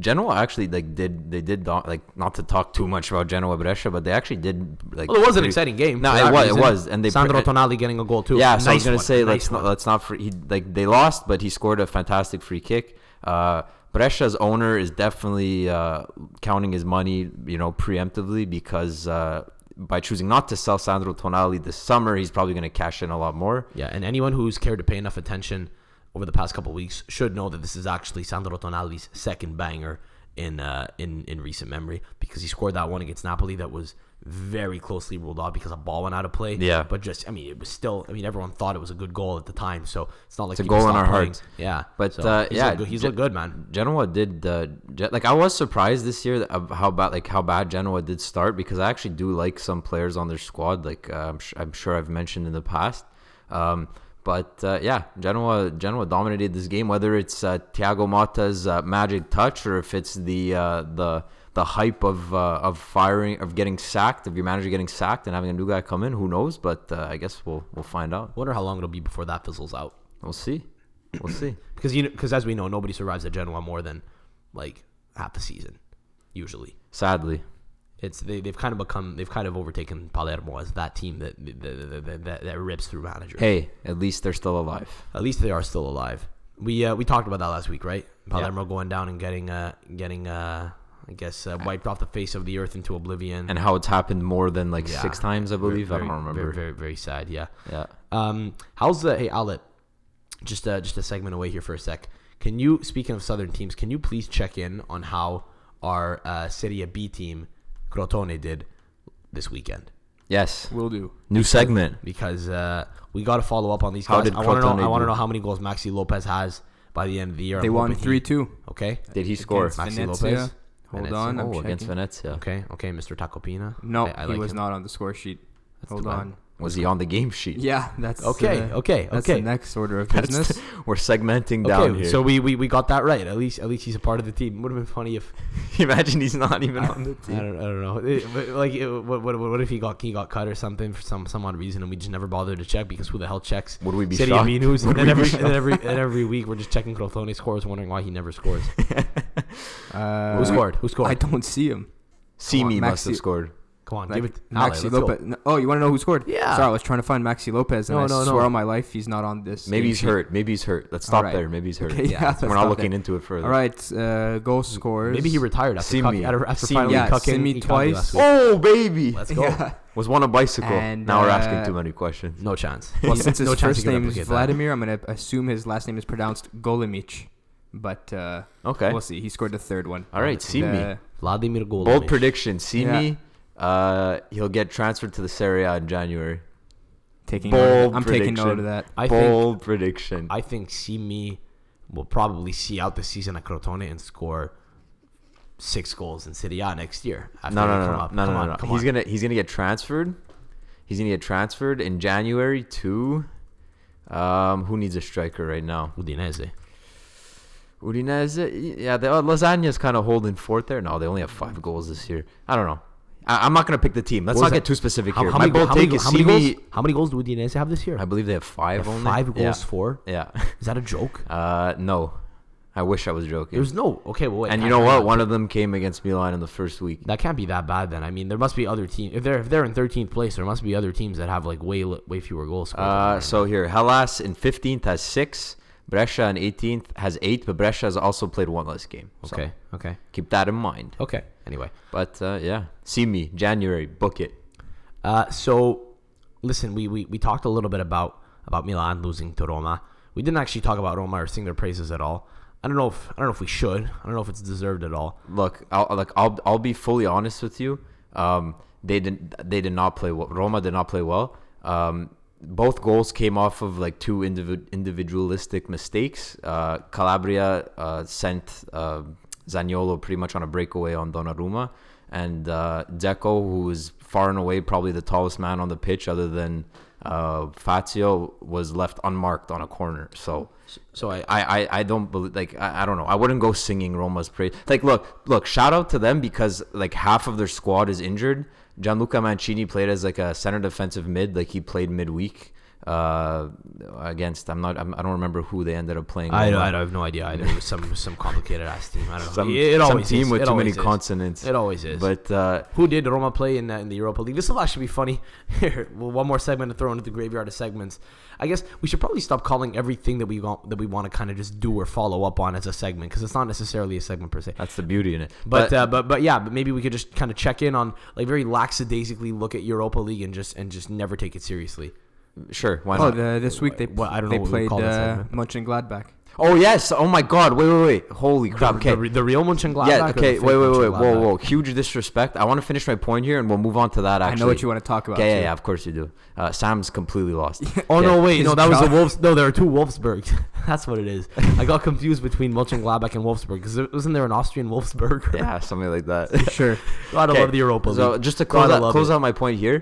C: Genoa actually like did they did do- like not to talk too much about Genoa Brescia, but they actually did like.
B: well, it was an
C: pretty-
B: exciting game.
C: No,
B: for
C: it
B: that
C: was.
B: reason.
C: It was, and they
B: Sandro
C: and-
B: Tonali getting a goal too.
C: Yeah, so I
B: Nice
C: was gonna
B: one,
C: say
B: nice
C: let's not
B: one.
C: let's not free, he, like they lost, but he scored a fantastic free kick. Uh, Brescia's owner is definitely uh, counting his money, you know, preemptively because uh, by choosing not to sell Sandro Tonali this summer, he's probably gonna cash in a lot more.
B: Yeah, and anyone who's cared to pay enough attention over the past couple weeks should know that this is actually Sandro Tonali's second banger in uh, in in recent memory because he scored that one against Napoli that was very closely ruled off because a ball went out of play.
C: Yeah.
B: but just I mean, it was still. I mean, everyone thought it was a good goal at the time, so it's not like
C: It's a
B: people
C: goal in
B: stopped
C: our
B: playing.
C: hearts.
B: Yeah,
C: But,
B: so
C: uh,
B: he's
C: yeah,
B: looked good. he's
C: Ge-
B: looked good, man.
C: Genoa did uh, Ge- like I was surprised this year of how bad like how bad Genoa did start because I actually do like some players on their squad like uh, I'm, sh- I'm sure I've mentioned in the past, um, but uh, yeah Genoa Genoa dominated this game whether it's uh, Thiago Motta's uh, magic touch or if it's the uh, the the hype of uh, of firing of getting sacked of your manager getting sacked and having a new guy come in who knows but uh, I guess we'll we'll find out
B: Wonder how long it'll be before that fizzles out
C: we'll see we'll see.
B: because you know because as we know, nobody survives at Genoa more than like half the season usually.
C: Sadly,
B: It's they, they've kind of become they've kind of overtaken Palermo as that team that that, that, that, that rips through managers.
C: hey, at least they're still alive.
B: At least they are still alive. We uh, we talked about that last week, right? Palermo going down and getting uh getting uh I guess uh, wiped off the face of the earth into oblivion.
C: and how it's happened more than like
B: Yeah.
C: six times, I believe.
B: Very-
C: I don't remember.
B: Very, very very sad. Yeah.
C: yeah.
B: Um, how's the hey Alit? Just uh, just a segment away here for a sec. Can you speaking of southern teams? Can you please check in on how our uh, Serie A B team Crotone did this weekend?
C: Yes.
E: Will do.
C: New segment.
B: because uh, we got to follow up on these
C: How
B: guys.
C: did
B: I want to know.
C: Crotone
B: I want to
C: do?
B: know how many goals Maxi Lopez has by the end of the year.
E: They
B: I'm
E: won
B: hoping he-
E: three two.
B: Okay,
C: Did he score?
E: Against
B: Maxi
E: Venezia.
B: Lopez?
E: Hold
B: Venezia.
E: on. I'm
C: Oh, against
E: checking.
C: Venezia.
B: okay, okay, Mr. Tacopina.
E: No,
B: I- I
E: he
B: like
E: was
B: him.
E: not on the score sheet. Hold
B: too bad.
E: on.
C: Was he on the game sheet?
E: Yeah, that's
B: Okay,
E: uh,
B: okay,
E: That's
B: okay.
E: the next order of
C: That's-
E: business.
C: We're segmenting down
B: Okay,
C: here.
B: so
C: So
B: we, we, we got that right. At least at least he's a part of the team. Would have been funny if
C: imagine he's not even on the
B: I
C: team.
B: don't, I don't know. It- but, like it, what, what what if he got he got cut or something for some some odd reason and we just never bothered to check because who the hell checks?
C: Would we be
B: Serie
C: shocked?
B: B news?
C: Would
B: And then
C: we be
B: every and then
C: shocked?
B: every and every week we're just checking Crotone scores, wondering why he never scores.
E: Uh,
B: Who scored? Who scored?
E: I don't see him.
C: Simi
E: Come on,
C: must have
E: Maxi-
C: scored.
B: Come on,
E: Mac-
B: give it. Ale,
E: Maxi
B: let's go.
E: Lopez. no- Oh, you want to know who scored?
B: Yeah.
E: Sorry, I was trying to find Maxi Lopez, and
B: No,
E: I
B: no, no.
E: swear on my life, he's not on this.
C: Maybe
E: game
C: he's
E: sheet.
C: hurt. Maybe he's hurt. Let's stop
E: Alright.
C: there. Maybe he's hurt.
E: Okay, yeah, let's
C: We're not
E: stop
C: looking
E: there.
C: into it further.
E: All right, uh, goal scores.
B: Maybe he retired after,
C: See
B: cuck-
C: me.
B: after, after
C: See
B: finally
E: me. Yeah,
B: cucking
E: see me
B: Icardi
E: twice.
B: last week.
C: Oh baby.
B: Let's go.
C: Was one a bicycle.
E: And,
C: now we're
E: uh,
C: asking too many questions.
B: No chance.
E: Well, since his
B: no chance
E: first
B: you can
E: name is
B: replicate that.
E: Vladimir, I'm gonna assume his last name is pronounced Golimic, but uh,
C: Okay.
E: we'll see. He scored the third one.
C: All right, see me.
E: The-
B: Vladimir Golomich.
C: Bold prediction. Simi.
E: Yeah.
C: Uh, he'll get transferred to the Serie A in January.
E: Taking note,
C: Bold
E: I'm taking note
C: prediction.
E: of that.
B: I think
C: Bold prediction.
B: I think Simi will probably see out the season at Crotone and score six goals in Serie A next year. after
C: No,
B: they
C: no, no,
B: come
C: no,
B: up.
C: no,
B: Come
C: no,
B: on,
C: no, no.
B: come
C: He's
B: on.
C: gonna he's gonna get transferred. He's gonna get transferred in January to. Um, who needs a striker right now?
B: Udinese.
C: Udinese. Yeah, they, oh, Lasagna's kind of holding fourth there. No, they only have five goals this year. I don't know. I, I'm not gonna pick the team. Let's
B: What was
C: not get
B: that?
C: too specific
B: How,
C: here.
B: how
C: My
B: many, go-
C: bold
B: how, many,
C: take
B: go-
C: is
B: how, many
C: Simi.
B: goals, how many goals do Udinese have this year?
C: I believe they have five
B: They have
C: only.
B: five
C: Yeah.
B: goals for?
C: Yeah.
B: Is that a joke?
C: Uh, no. I wish I was joking.
B: There's no okay. Well, wait,
C: and you
B: that
C: know
B: can't
C: what?
B: happen.
C: One of them came against Milan in the first week.
B: that can't be that bad. Then I mean, there must be other teams. If they're if they're in 13th place, there must be other teams that have like way li- way fewer goals. scored.
C: Uh, so here, Hellas in 15th has six. Brescia in 18th has eight, but Brescia has also played one less game. So
B: okay, okay,
C: keep that in mind.
B: okay. Anyway,
C: But uh, yeah, see me January. Book it.
B: Uh, so, listen, we, we, we talked a little bit about, about Milan losing to Roma. We didn't actually talk about Roma or sing their praises at all. I don't know if I don't know if we should. I don't know if it's deserved at all.
C: Look, I'll like I'll I'll be fully honest with you. Um, they didn't they did not play well. Roma did not play well. Um, both goals came off of like two individ, individualistic mistakes. Uh, Calabria uh, sent uh, Zaniolo pretty much on a breakaway on Donnarumma, and uh, Deco, who is far and away probably the tallest man on the pitch, other than uh, Fazio, was left unmarked on a corner. So.
B: So I, I
C: I, I, I don't believe like I, I don't know I wouldn't go singing Roma's praise like look look shout out to them because like half of their squad is injured Gianluca Mancini played as like a center defensive mid like he played midweek uh against I'm not I'm, I don't remember who they ended up playing
B: I,
C: Roma.
B: I have no idea either. It was some some complicated ass team. I don't know.
C: some,
B: it, it
C: some
B: always
C: team
B: is.
C: with
B: It
C: too many
B: always is.
C: consonants
B: It always is.
C: but uh
B: Who did Roma play in, uh, in the Europa League? This will actually be funny. Here, well, one more segment to throw into the graveyard of segments. I guess we should probably stop calling everything that we want that we want to kind of just do or follow up on as a segment because it's not necessarily a segment per se.
C: that's the beauty in it
B: But uh, but but yeah, but maybe we could just kind of check in on like very lackadaisically look at Europa League and just and just never take it seriously.
C: sure why
E: Oh,
C: not
E: the, this week they
B: Well, I don't know Uh,
E: they
B: what we
E: played
B: call that
E: uh,
B: segment.
E: Munchen Gladbach.
C: oh yes oh my god wait wait wait holy crap okay
B: The, the, the real Mönchengladbach.
C: yeah.
B: or the
C: Okay.
B: fake
C: Wait. Wait. Wait. Whoa.
B: Mönchengladbach?
C: Whoa. Huge disrespect. I want to finish my point here, and we'll move on to that. Actually,
E: I know what you want to talk about.
C: Yeah, yeah,
E: too.
C: yeah, of course you do. Uh, Sam's completely lost.
B: Oh
C: Okay.
B: no! Wait,
E: His
B: no, that was the
E: jaw-
B: Wolfs. No, there are two Wolfsburgs. That's what it is. I got confused between Mönchengladbach and Wolfsburg because wasn't there an Austrian Wolfsburg?
C: Yeah, something like that.
E: Sure.
B: Gotta
C: Okay,
B: love the Europa League.
C: So just to close
B: Gotta
C: out,
B: love
C: close
B: it.
C: out my point here.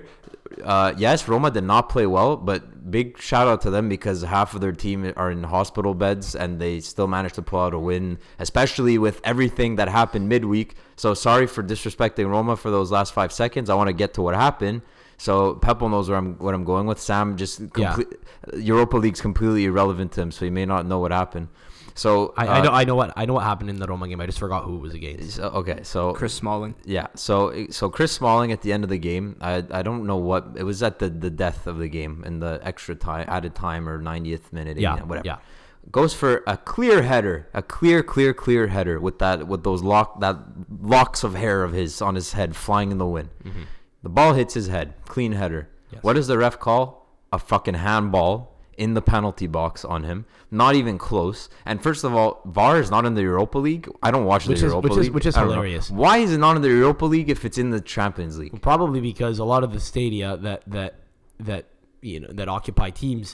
C: Uh, yes, Roma did not play well, but big shout out to them because half of their team are in hospital beds and they still managed to pull out a win, especially with everything that happened midweek. So sorry for disrespecting Roma for those last five seconds. I want to get to what happened. So Peppo knows where I'm what I'm going with. Sam just
B: Yeah.
C: complete, Europa League's completely irrelevant to him, so he may not know what happened. So
B: I, I
C: uh,
B: know. I know what. I know what happened in the Roma game. I just forgot who it was against.
C: so- okay, so
E: Chris Smalling.
C: yeah. So so Chris Smalling at the end of the game, I I don't know what it was at the the death of the game in the extra time added time or 90th minute,
B: Yeah,
C: 89, whatever.
B: yeah.
C: Goes for a clear header, a clear, clear, clear header with that with those lock that locks of hair of his on his head flying in the wind.
B: Mm-hmm.
C: The ball hits his head, clean header. What does the ref call? A fucking handball in the penalty box on him. Not even close. And first of all, VAR is not in the Europa League. I don't watch
B: Which
C: the
B: is-
C: Europa
B: which is-
C: League,
B: which is
C: I don't know.
B: hilarious.
C: Why is it not in the Europa League if it's in the Champions League?
B: Probably because a lot of the stadia that that that you know that occupy teams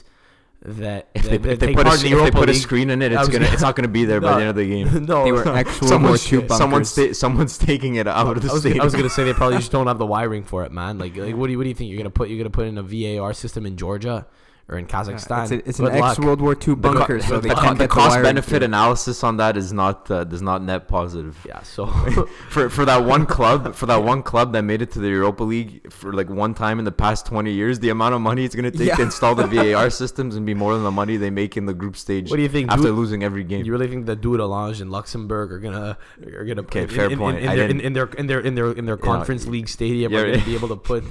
B: that
C: If they,
B: that- that
C: if they
B: take
C: put, a,
B: part in
C: sc-
B: the
C: if they
B: Europa
C: put a
B: League-
C: screen in it,
B: I
C: it's
B: was
C: gonna
B: gonna-
C: it's not gonna be there by the end of the game.
B: No,
E: They were
B: no.
E: actual
C: Someone's,
E: more two bunkers.
C: someone's, ta- someone's taking it out of the
B: I was, gonna,
C: stadium.
B: I was gonna say they probably just don't have the wiring for it, man. Like, like what do you what do you think you're gonna put? You're gonna put in a VAR system in Georgia or in Kazakhstan?
E: It's, a, it's an
B: Good luck.
E: ex World War II
C: the, co-
E: bunker, so
C: the
E: they
C: co-
E: can't
C: the
E: get the
C: cost
E: wiring
C: benefit
E: through.
C: analysis on that is not uh, does not net positive.
B: Yeah, so
C: for for that one club for that one club that made it to the Europa League for like one time in the past 20 years the amount of money it's going to take to
E: Yeah.
C: install the VAR systems and be more than the money they make in the group stage
B: What do you think,
C: after
B: Dude-
C: losing every game
B: you really think that Dude Lange in Luxembourg are gonna are gonna
C: Okay,
B: in-
C: fair
B: in,
C: point.
B: in,
C: I
B: in, their, in,
C: didn't-
B: in their in their in their in their conference league stadium are
C: you're-
B: gonna be able to put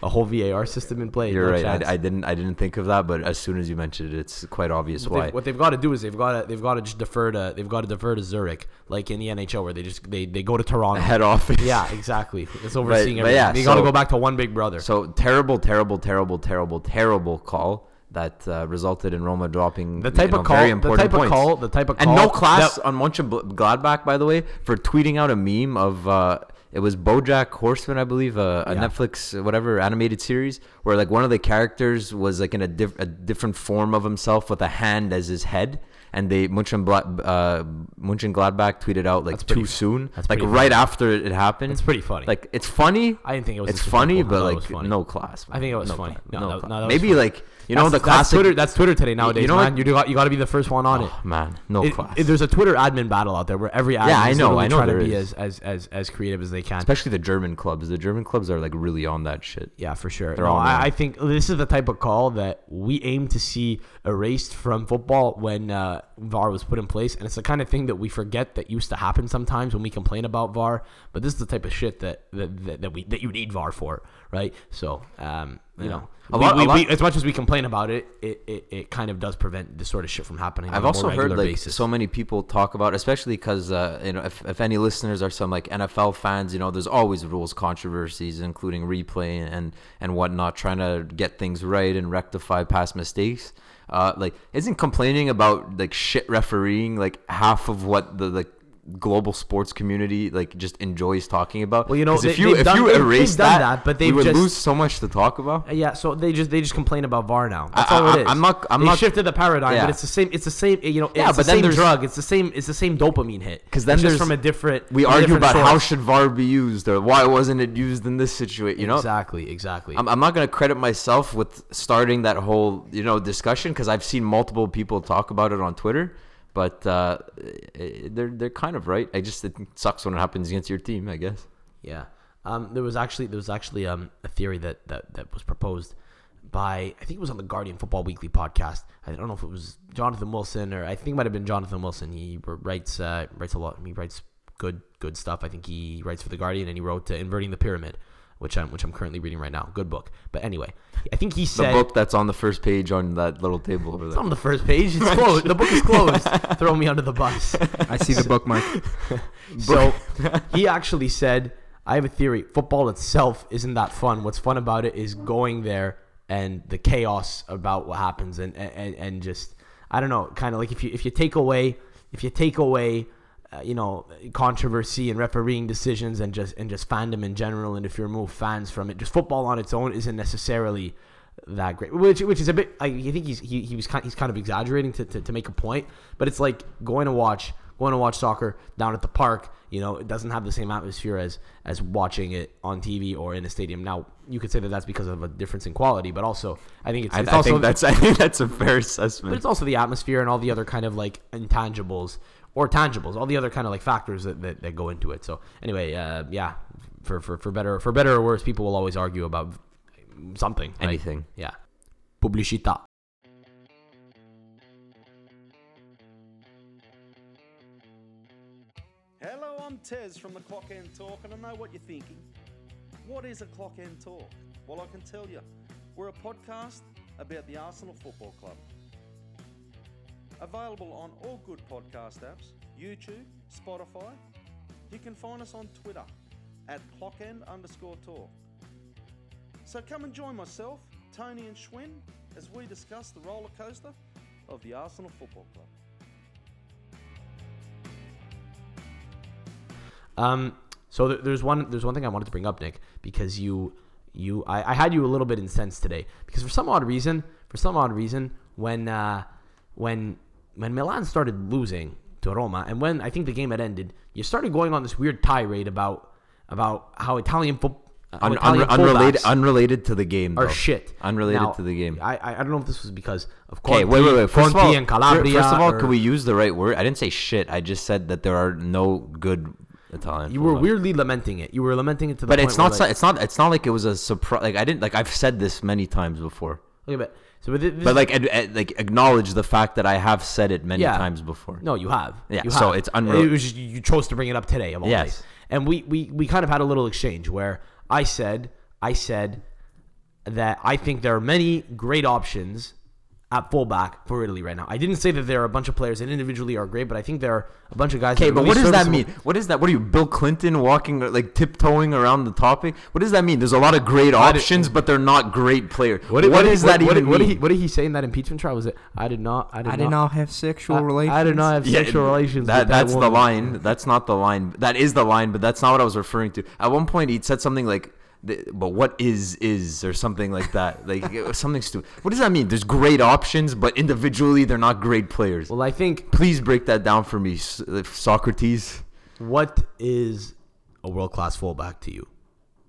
B: a whole VAR system in play?
C: you're
B: No
C: right
B: chance.
C: I, I didn't I didn't think of that but as soon as you mentioned it it's quite obvious
B: What
C: why
B: they've, what they've got to do is they've got to they've got to just defer to they've got to defer to Zurich, like in the NHL, where they just they, they go to Toronto.
C: head office
B: yeah, exactly. It's overseeing
C: but
B: everything.
C: yeah,
B: they got to
C: so-
B: go back to one big brother.
C: so terrible terrible terrible terrible terrible call that uh, resulted in Roma dropping
B: The type
C: you
B: of
C: know, very
B: call- the
C: important
B: type of
C: points.
B: call- the type of
C: and no
B: call
C: class
B: that-
C: on Munchen Gladbach by the way for tweeting out a meme of uh, it was BoJack Horseman I believe a, a
B: Yeah.
C: Netflix uh, whatever animated series where like one of the characters was like in a, diff- a different form of himself with a hand as his head. And they Munchen, uh, Munchen Gladbach tweeted out like
B: That's
C: too
B: pretty-
C: soon,
B: that's
C: like
B: pretty
C: right after it happened.
B: It's pretty funny.
C: Like it's funny.
B: I didn't think it was
C: It's
B: a
C: funny,
B: disrespectful-
C: but
B: no, it
C: like
B: was funny.
C: no class. man.
B: I think it was
C: No
B: funny. No,
C: cla- no
B: that-
C: cla-
B: no, that was
C: Maybe
B: funny.
C: like you know the
B: That's-
C: classic.
B: That's Twitter, that's Twitter today nowadays,
C: know
B: man.
C: what-
B: You got you got to be the first one on it.
C: Oh, man, no
B: It-
C: class.
B: it- there's a Twitter admin battle out there where every admin
C: Yeah, I
B: is
C: know,
B: literally
C: I know
B: trying to
C: there
B: be
C: is.
B: as, as, as, as creative as they can.
C: Especially the German clubs. The German clubs are like really on that shit.
B: yeah, for sure.
C: They're
B: No,
C: all
B: I,
C: in.
B: I think this is the type of call that we aim to see erased from football when uh, VAR was put in place, and it's the kind of thing that we forget that used to happen sometimes when we complain about VAR. But this is the type of shit that that, that, that we that you need VAR for, right? So, um, you know,
C: A
B: we-
C: lot-
B: we-
C: a lot-
B: we- as much as we complain about it, it, it, it kind of does prevent this sort of shit from happening. on
C: I've
B: a
C: also
B: more
C: heard
B: regular
C: like
B: basis.
C: so many people talk about, especially because uh, you know, if, if any listeners are some like NFL fans, you know, there's always rules controversies, including replay and and whatnot, trying to get things right and rectify past mistakes. Uh, like, isn't complaining about like shit refereeing like half of what the like global sports community like just enjoys talking about?
B: Well, you know,
C: 'Cause if
B: they-
C: you
B: they've
C: if
B: done-
C: you
B: they've- they've
C: erase
B: done
C: that,
B: that, but
C: they
B: they've
C: would
B: just-
C: lose so much to talk about.
B: Uh, Yeah, so they just they just complain about VAR now. That's
C: I-
B: all it
C: I-
B: is.
C: I'm not- I'm
B: they
C: not-
B: shifted the paradigm,
C: Yeah.
B: but it's the same. It's the same. You know, it's
C: Yeah,
B: the
C: but then
B: same
C: there's-
B: drug. It's the same. It's the same dopamine hit.
C: 'Cause then
B: It's just
C: there's-
B: from a different.
C: We
B: from a
C: argue
B: different
C: about how
B: source.
C: should VAR be used or why wasn't it used in this situation. You know,
B: exactly, exactly.
C: I'm, I'm not going to credit myself with starting that whole you know discussion because I've seen multiple people talk about it on Twitter, but uh, eh, they're they're kind of right. I just it sucks when it happens against your team. I guess.
B: Yeah. Um, there was actually there was actually um, a theory that, that that was proposed by I think it was on the Guardian Football Weekly podcast. I don't know if it was Jonathan Wilson or I think it might have been Jonathan Wilson. He writes uh, writes a lot. He writes good good stuff. I think he writes for the Guardian and he wrote uh, Inverting the Pyramid, which I'm which I'm currently reading right now. Good book. But anyway, I think he
C: The
B: said
C: book that's on the first page on that little table over
B: it's not
C: there.
B: on the first page. It's closed. the book is closed. Throw me under the bus.
E: I see the bookmark.
B: So he actually said, I have a theory. Football itself isn't that fun. What's fun about it is going there and the chaos about what happens and and, and just I don't know, kind of like if you if you take away if you take away uh, you know controversy and refereeing decisions and just and just fandom in general and if you remove fans from it, just football on its own isn't necessarily that great. Which which is a bit. I, I think he's he, he was kind, he's kind of exaggerating to, to, to make a point, but it's like going to watch going to watch soccer down at the park. You know, it doesn't have the same atmosphere as as watching it on TV or in a stadium. Now you could say that that's because of a difference in quality, but also I think it's,
C: I,
B: it's
C: I
B: also
C: think that's I think that's a fair
B: but it's
C: assessment.
B: also the atmosphere and all the other kind of like intangibles or tangibles, all the other kind of like factors that, that, that go into it. So anyway, uh, yeah, for, for for better for better or worse, people will always argue about something, right?
C: Anything.
B: Yeah, publicità.
F: Hello, I'm Tez from the Clock End Talk, and I know what you're thinking. What is a Clock End Talk? Well, I can tell you. We're a podcast about the Arsenal Football Club. Available on all good podcast apps, YouTube, Spotify. You can find us on Twitter at clockend underscore talk. So come and join myself, Tony, and Schwinn as we discuss the roller coaster of the Arsenal Football Club.
B: Um, so th- there's one there's one thing I wanted to bring up, Nick, because you you I, I had you a little bit incensed today because for some odd reason for some odd reason when uh, when when Milan started losing to Roma and when I think the game had ended, you started going on this weird tirade about about how Italian football.
C: Un, un, unrelated unrelated to the game.
B: or
C: though.
B: shit.
C: Unrelated
B: Now,
C: to the game.
B: I, I I don't know if this was because of Conti,
C: Okay, wait, wait, wait. First of all,
B: Conti and Calabria.
C: first of all,
B: or-
C: can we use the right word? I didn't say shit. I just said that there are no good Italian.
B: You were
C: football-
B: weirdly lamenting it. You were lamenting it to the
C: But
B: point
C: it's
B: where, like-
C: not. so- it's not. It's not like it was a surprise. Like I didn't. Like I've said this many times before.
B: Okay, but so but, thi- this
C: But
B: is-
C: like, ad, ad- like acknowledge the fact that I have said it many
B: Yeah.
C: times before.
B: No, you have.
C: Yeah,
B: You
C: so
B: have.
C: it's unreal-
B: It was just, you chose to bring it up today of all
C: Yes.
B: days. And we, we we kind of had a little exchange where I said I said that I think there are many great options at fullback for Italy right now. I didn't say that there are a bunch of players that individually are great, but I think there are a bunch of guys. that
C: Okay,
B: are
C: but
B: really
C: what does that
B: serviceable.
C: mean? What is that? What are you, Bill Clinton, walking like tiptoeing around the topic? What does that mean? There's a lot of great options, but they're not great players. What,
B: did-
C: what
B: did-
C: does that
B: what,
C: even
B: did- what, did
C: mean?
B: he, what did he say in that impeachment trial? Was it I did not I did,
E: I
B: not,
E: did not have sexual
B: I-
E: relations.
B: I did not have
C: Yeah,
B: sexual relations.
C: That,
B: with that
C: that's the
B: woman.
C: line. That's not the line. That is the line, but that's not what I was referring to. At one point, he said something like, "The- "But what is is" or something like that. Like it was something stupid. What does that mean? There's great options, but individually, they're not great players.
B: Well, I think
C: Please break that down for me, S- uh, Socrates.
B: What is a world class fullback to you?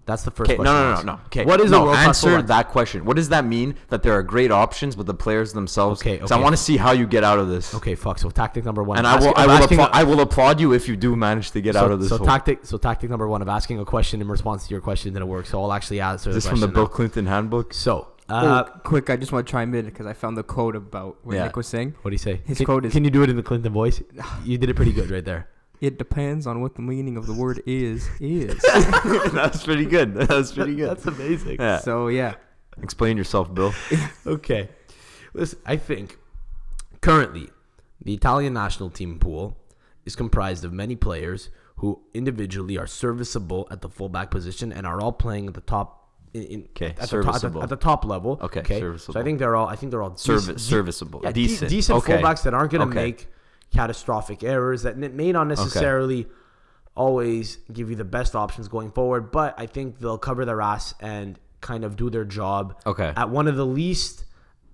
B: That's the first
C: Okay, no,
B: question.
C: no,
B: I'll
C: no,
B: ask.
C: no. Okay,
B: What is a
C: no,
B: world class
C: answer
B: fullback?
C: that question? What does that mean? That there are great options, but the players themselves.
B: Okay,
C: 'Cause I
B: okay.
C: want to see how you get out of this.
B: okay, fuck. So tactic number one.
C: And
B: I'm
C: I will,
B: asking-
C: I
B: I'm
C: will,
B: asking-
C: appla- I will applaud you if you do manage to get
B: so,
C: out of this.
B: So
C: hole.
B: tactic, so tactic number one of asking a question in response to your question didn't work. So I'll actually answer
C: Is this
B: the
C: from the
B: question
C: Bill
B: now.
C: Clinton handbook?
B: So Uh,
E: oh, quick, I just want to chime in because I found the quote about what
C: Yeah.
E: Nick was saying.
B: What do you say?
E: His
B: can,
E: quote is-
B: Can you do it in the Clinton voice? You did it pretty good right there.
E: It depends on what the meaning of the word is. Is
C: That's pretty good. That's pretty good.
B: That's amazing.
C: Yeah.
E: so yeah.
C: Explain yourself, Bill.
B: Okay. Listen, I think currently the Italian national team pool is comprised of many players who individually are serviceable at the fullback position and are all playing at the top. In, in,
C: Okay,
B: at the, top, at, the,
C: serviceable.
B: at the top level.
C: Okay,
B: So I
C: serviceable.
B: think they're all. I think they're all
C: Servi-
B: dec- de-
C: serviceable.
B: yeah, de-
C: Decent.
B: decent
C: Okay.
B: fullbacks that aren't going to
C: Okay.
B: make catastrophic errors that n- may not necessarily always give you the best options going forward, but I think they'll cover their ass and kind of do their job.
C: Okay.
B: At one of the least,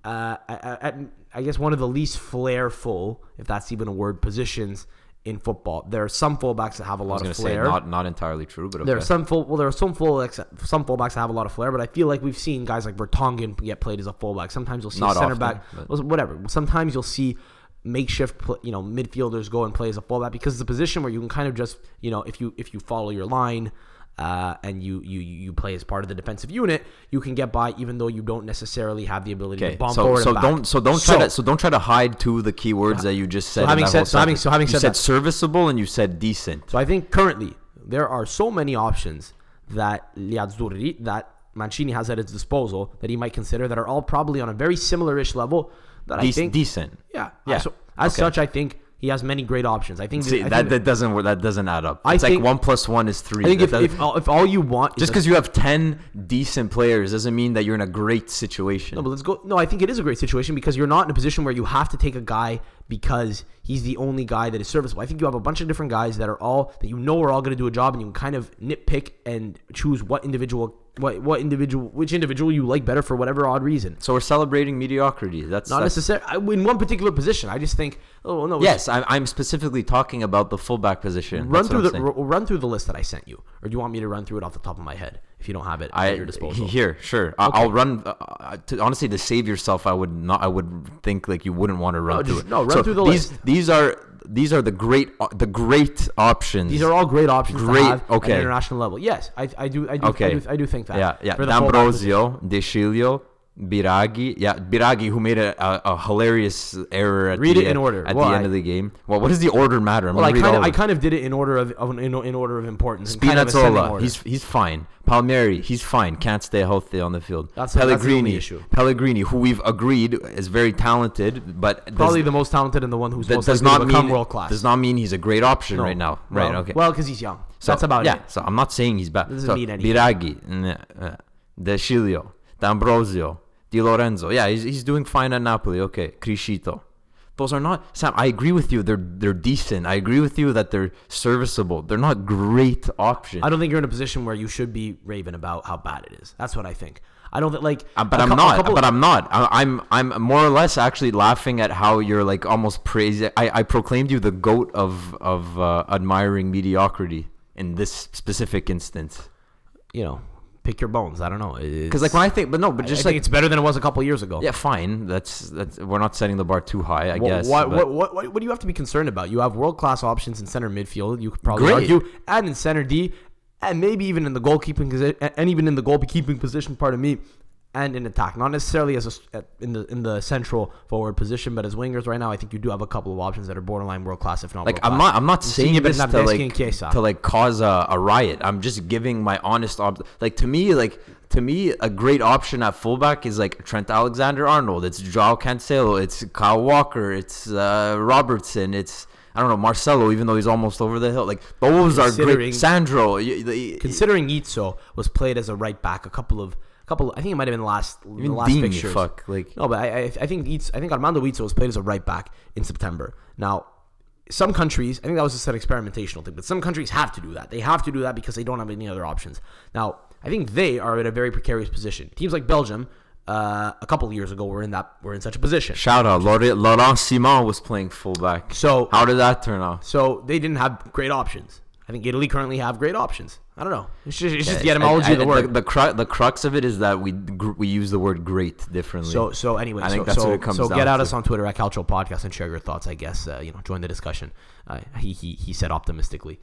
B: uh, at, at, I guess one of the least flairful, if that's even a word, positions in football. There are some fullbacks that have a
C: I was
B: lot
C: gonna
B: of
C: say
B: flair.
C: not not entirely true, but okay.
B: There are some full. Well, there are some fullbacks. Some fullbacks that have a lot of flair, but I feel like we've seen guys like Vertonghen get played as a fullback. Sometimes you'll see
C: Not
B: center
C: often,
B: back,
C: but-
B: whatever. Sometimes you'll see makeshift, pl- you know, midfielders go and play as a fullback because it's a position where you can kind of just, you know, if you if you follow your line. Uh, and you, you you play as part of the defensive unit. You can get by, even though you don't necessarily have the ability
C: Okay,
B: to bomb
C: so
B: forward.
C: so
B: and back.
C: don't so don't try to so don't try to hide two of the key words that you just said. in
B: having
C: that
B: said-
C: whole
B: so having-
C: sentence.
B: so having
C: you
B: said that-
C: serviceable and you said decent.
B: So I think currently there are so many options that Liazzurri, that Mancini has at his disposal that he might consider that are all probably on a very similar-ish level. That I
C: Dec-
B: think,
C: decent.
B: yeah,
C: Yeah.
B: So, as
C: Okay.
B: such, I think he has many great options. I think
C: See,
B: I think-
C: that, that doesn't work. That doesn't add up.
B: I
C: It's
B: think-
C: like one plus one is three.
B: I think
C: That
B: if,
C: doesn't-
B: if, all- if all you want
C: just
B: is a-
C: because you have ten decent players doesn't mean that you're in a great situation.
B: No, but let's go. No, I think it is a great situation because you're not in a position where you have to take a guy because he's the only guy that is serviceable. I think you have a bunch of different guys that are all that you know are all going to do a job, and you can kind of nitpick and choose what individual, what what individual, which individual you like better for whatever odd reason.
C: so we're celebrating mediocrity. That's
B: Not
C: that's-
B: necessarily in one particular position. I just think, oh no,
C: Yes, I'm, I'm specifically talking about the fullback position.
B: Run
C: That's
B: through
C: what I'm
B: the
C: saying.
B: r- run through the list that I sent you, or do you want me to run through it off the top of my head if you don't have it
C: I
B: at your disposal?
C: here, sure. I, I'll run. Uh, uh, to, honestly, to save yourself, I would not. I would think like you wouldn't want to run
B: No,
C: through
B: just-
C: it.
B: no, run through the
C: these,
B: list.
C: These are these are the great o- the great options.
B: These are all great options.
C: Great,
B: to have at
C: okay.
B: the international level. Yes, I, I do. I do.
C: okay.
B: I do, I do think that.
C: Yeah, yeah.
B: For the fullback
C: D'Ambrosio, DeCilio, Biragi. Yeah, Biragi, who made a, a, a hilarious error at
B: Read
C: the
B: it in
C: end-
B: order.
C: at
B: Well,
C: the
B: I-
C: end of the game. Well, what does the order matter? I'm
B: Well, I
C: gonna read
B: kind of
C: all
B: I
C: of it.
B: kind of did it in order of, of in, in order of importance. in kind of ascending
C: Spinazzola,
B: order.
C: he's he's fine. Palmieri, he's fine. Can't stay healthy on the field.
B: That's- that's the only
C: Pellegrini,
B: issue.
C: Pellegrini, who we've agreed is very talented, but does-
B: probably the most talented and the one who's
C: that
B: most
C: does
B: likely
C: not
B: to become
C: mean
B: world class.
C: Does not mean he's a great option
B: No.
C: right now.
B: Well,
C: Right? Okay.
B: Well, because he's young.
C: So,
B: That's about
C: yeah,
B: it.
C: So I'm not saying he's bad.
B: Doesn't
C: so,
B: mean anything.
C: Biragi, n- uh, Decilio, D'Ambrosio, Di Lorenzo. Yeah, he's, he's doing fine at Napoli. Okay, Criscito. Those are not Sam. I agree with you. They're they're decent. I agree with you that they're serviceable. They're not great options.
B: I don't think you're in a position where you should be raving about how bad it is. That's what I think. I don't think like.
C: Uh, but
B: a
C: I'm
B: cou- a
C: not.
B: couple-
C: but I'm not. I, I'm I'm more or less actually laughing at how you're like almost praising. I, I proclaimed you the goat of of uh, admiring mediocrity in this specific instance.
B: you know pick your bones. I don't know.
C: Because like when I think, but no, but
B: just
C: just
B: like
C: like
B: it's better than it was a couple years ago.
C: yeah, fine. That's that's we're not setting the bar too high, I
B: Wha-
C: guess.
B: What,
C: but-
B: what, what, what, what do you have to be concerned about? You have world class options in center midfield. You could probably
C: Great.
B: argue, and in center D, and maybe even in the goalkeeping position, and even in the goalkeeping position. Part of me, and in attack, not necessarily as a s at- in the in the central forward position, but as wingers right now, I think you do have a couple of options that are borderline world class, if not
C: like
B: world-class.
C: I'm not I'm not
B: You've
C: saying
B: seen
C: this
B: Bernardeschi
C: to like
B: and Chiesa.
C: to like cause a, a riot. I'm just giving my honest op- like to me like to me a great option at fullback is like Trent Alexander Arnold. It's Joao Cancelo. It's Kyle Walker. It's uh, Robertson. It's I don't know Marcelo, even though he's almost over the hill. Like those are
B: Considering-
C: great. Sandro. y- y-
B: considering Itzo was played as a right back a couple of couple. I think it might have been the last the
C: Even
B: last
C: Dean, you
B: pictures.
C: fuck, like-
B: no, but I I, I think Itzo, I think Armando Itzo was played as a right back in September. Now. Some countries, I think that was just an experimental thing, but some countries have to do that. They have to do that because they don't have any other options. Now, I think they are in a very precarious position. Teams like Belgium, uh, a couple of years ago, were in that were in such a position.
C: Shout out Laurent, Laurent Simon was playing fullback.
B: So-
C: how did that turn out?
B: So they didn't have great options. I think Italy curretly have great options. I don't know. It's just, it's just the
C: I-
B: etymology
C: I-
B: of the
C: I-
B: word.
C: The, cru- the crux of it is that we gr- we use the word great differently.
B: So so anyway,
C: I
B: so,
C: think that's
B: so,
C: what it comes
B: so
C: down
B: get at
C: to.
B: us on Twitter at Cultural Podcast and share your thoughts. I guess uh, you know join the discussion. Uh, he, he he said optimistically.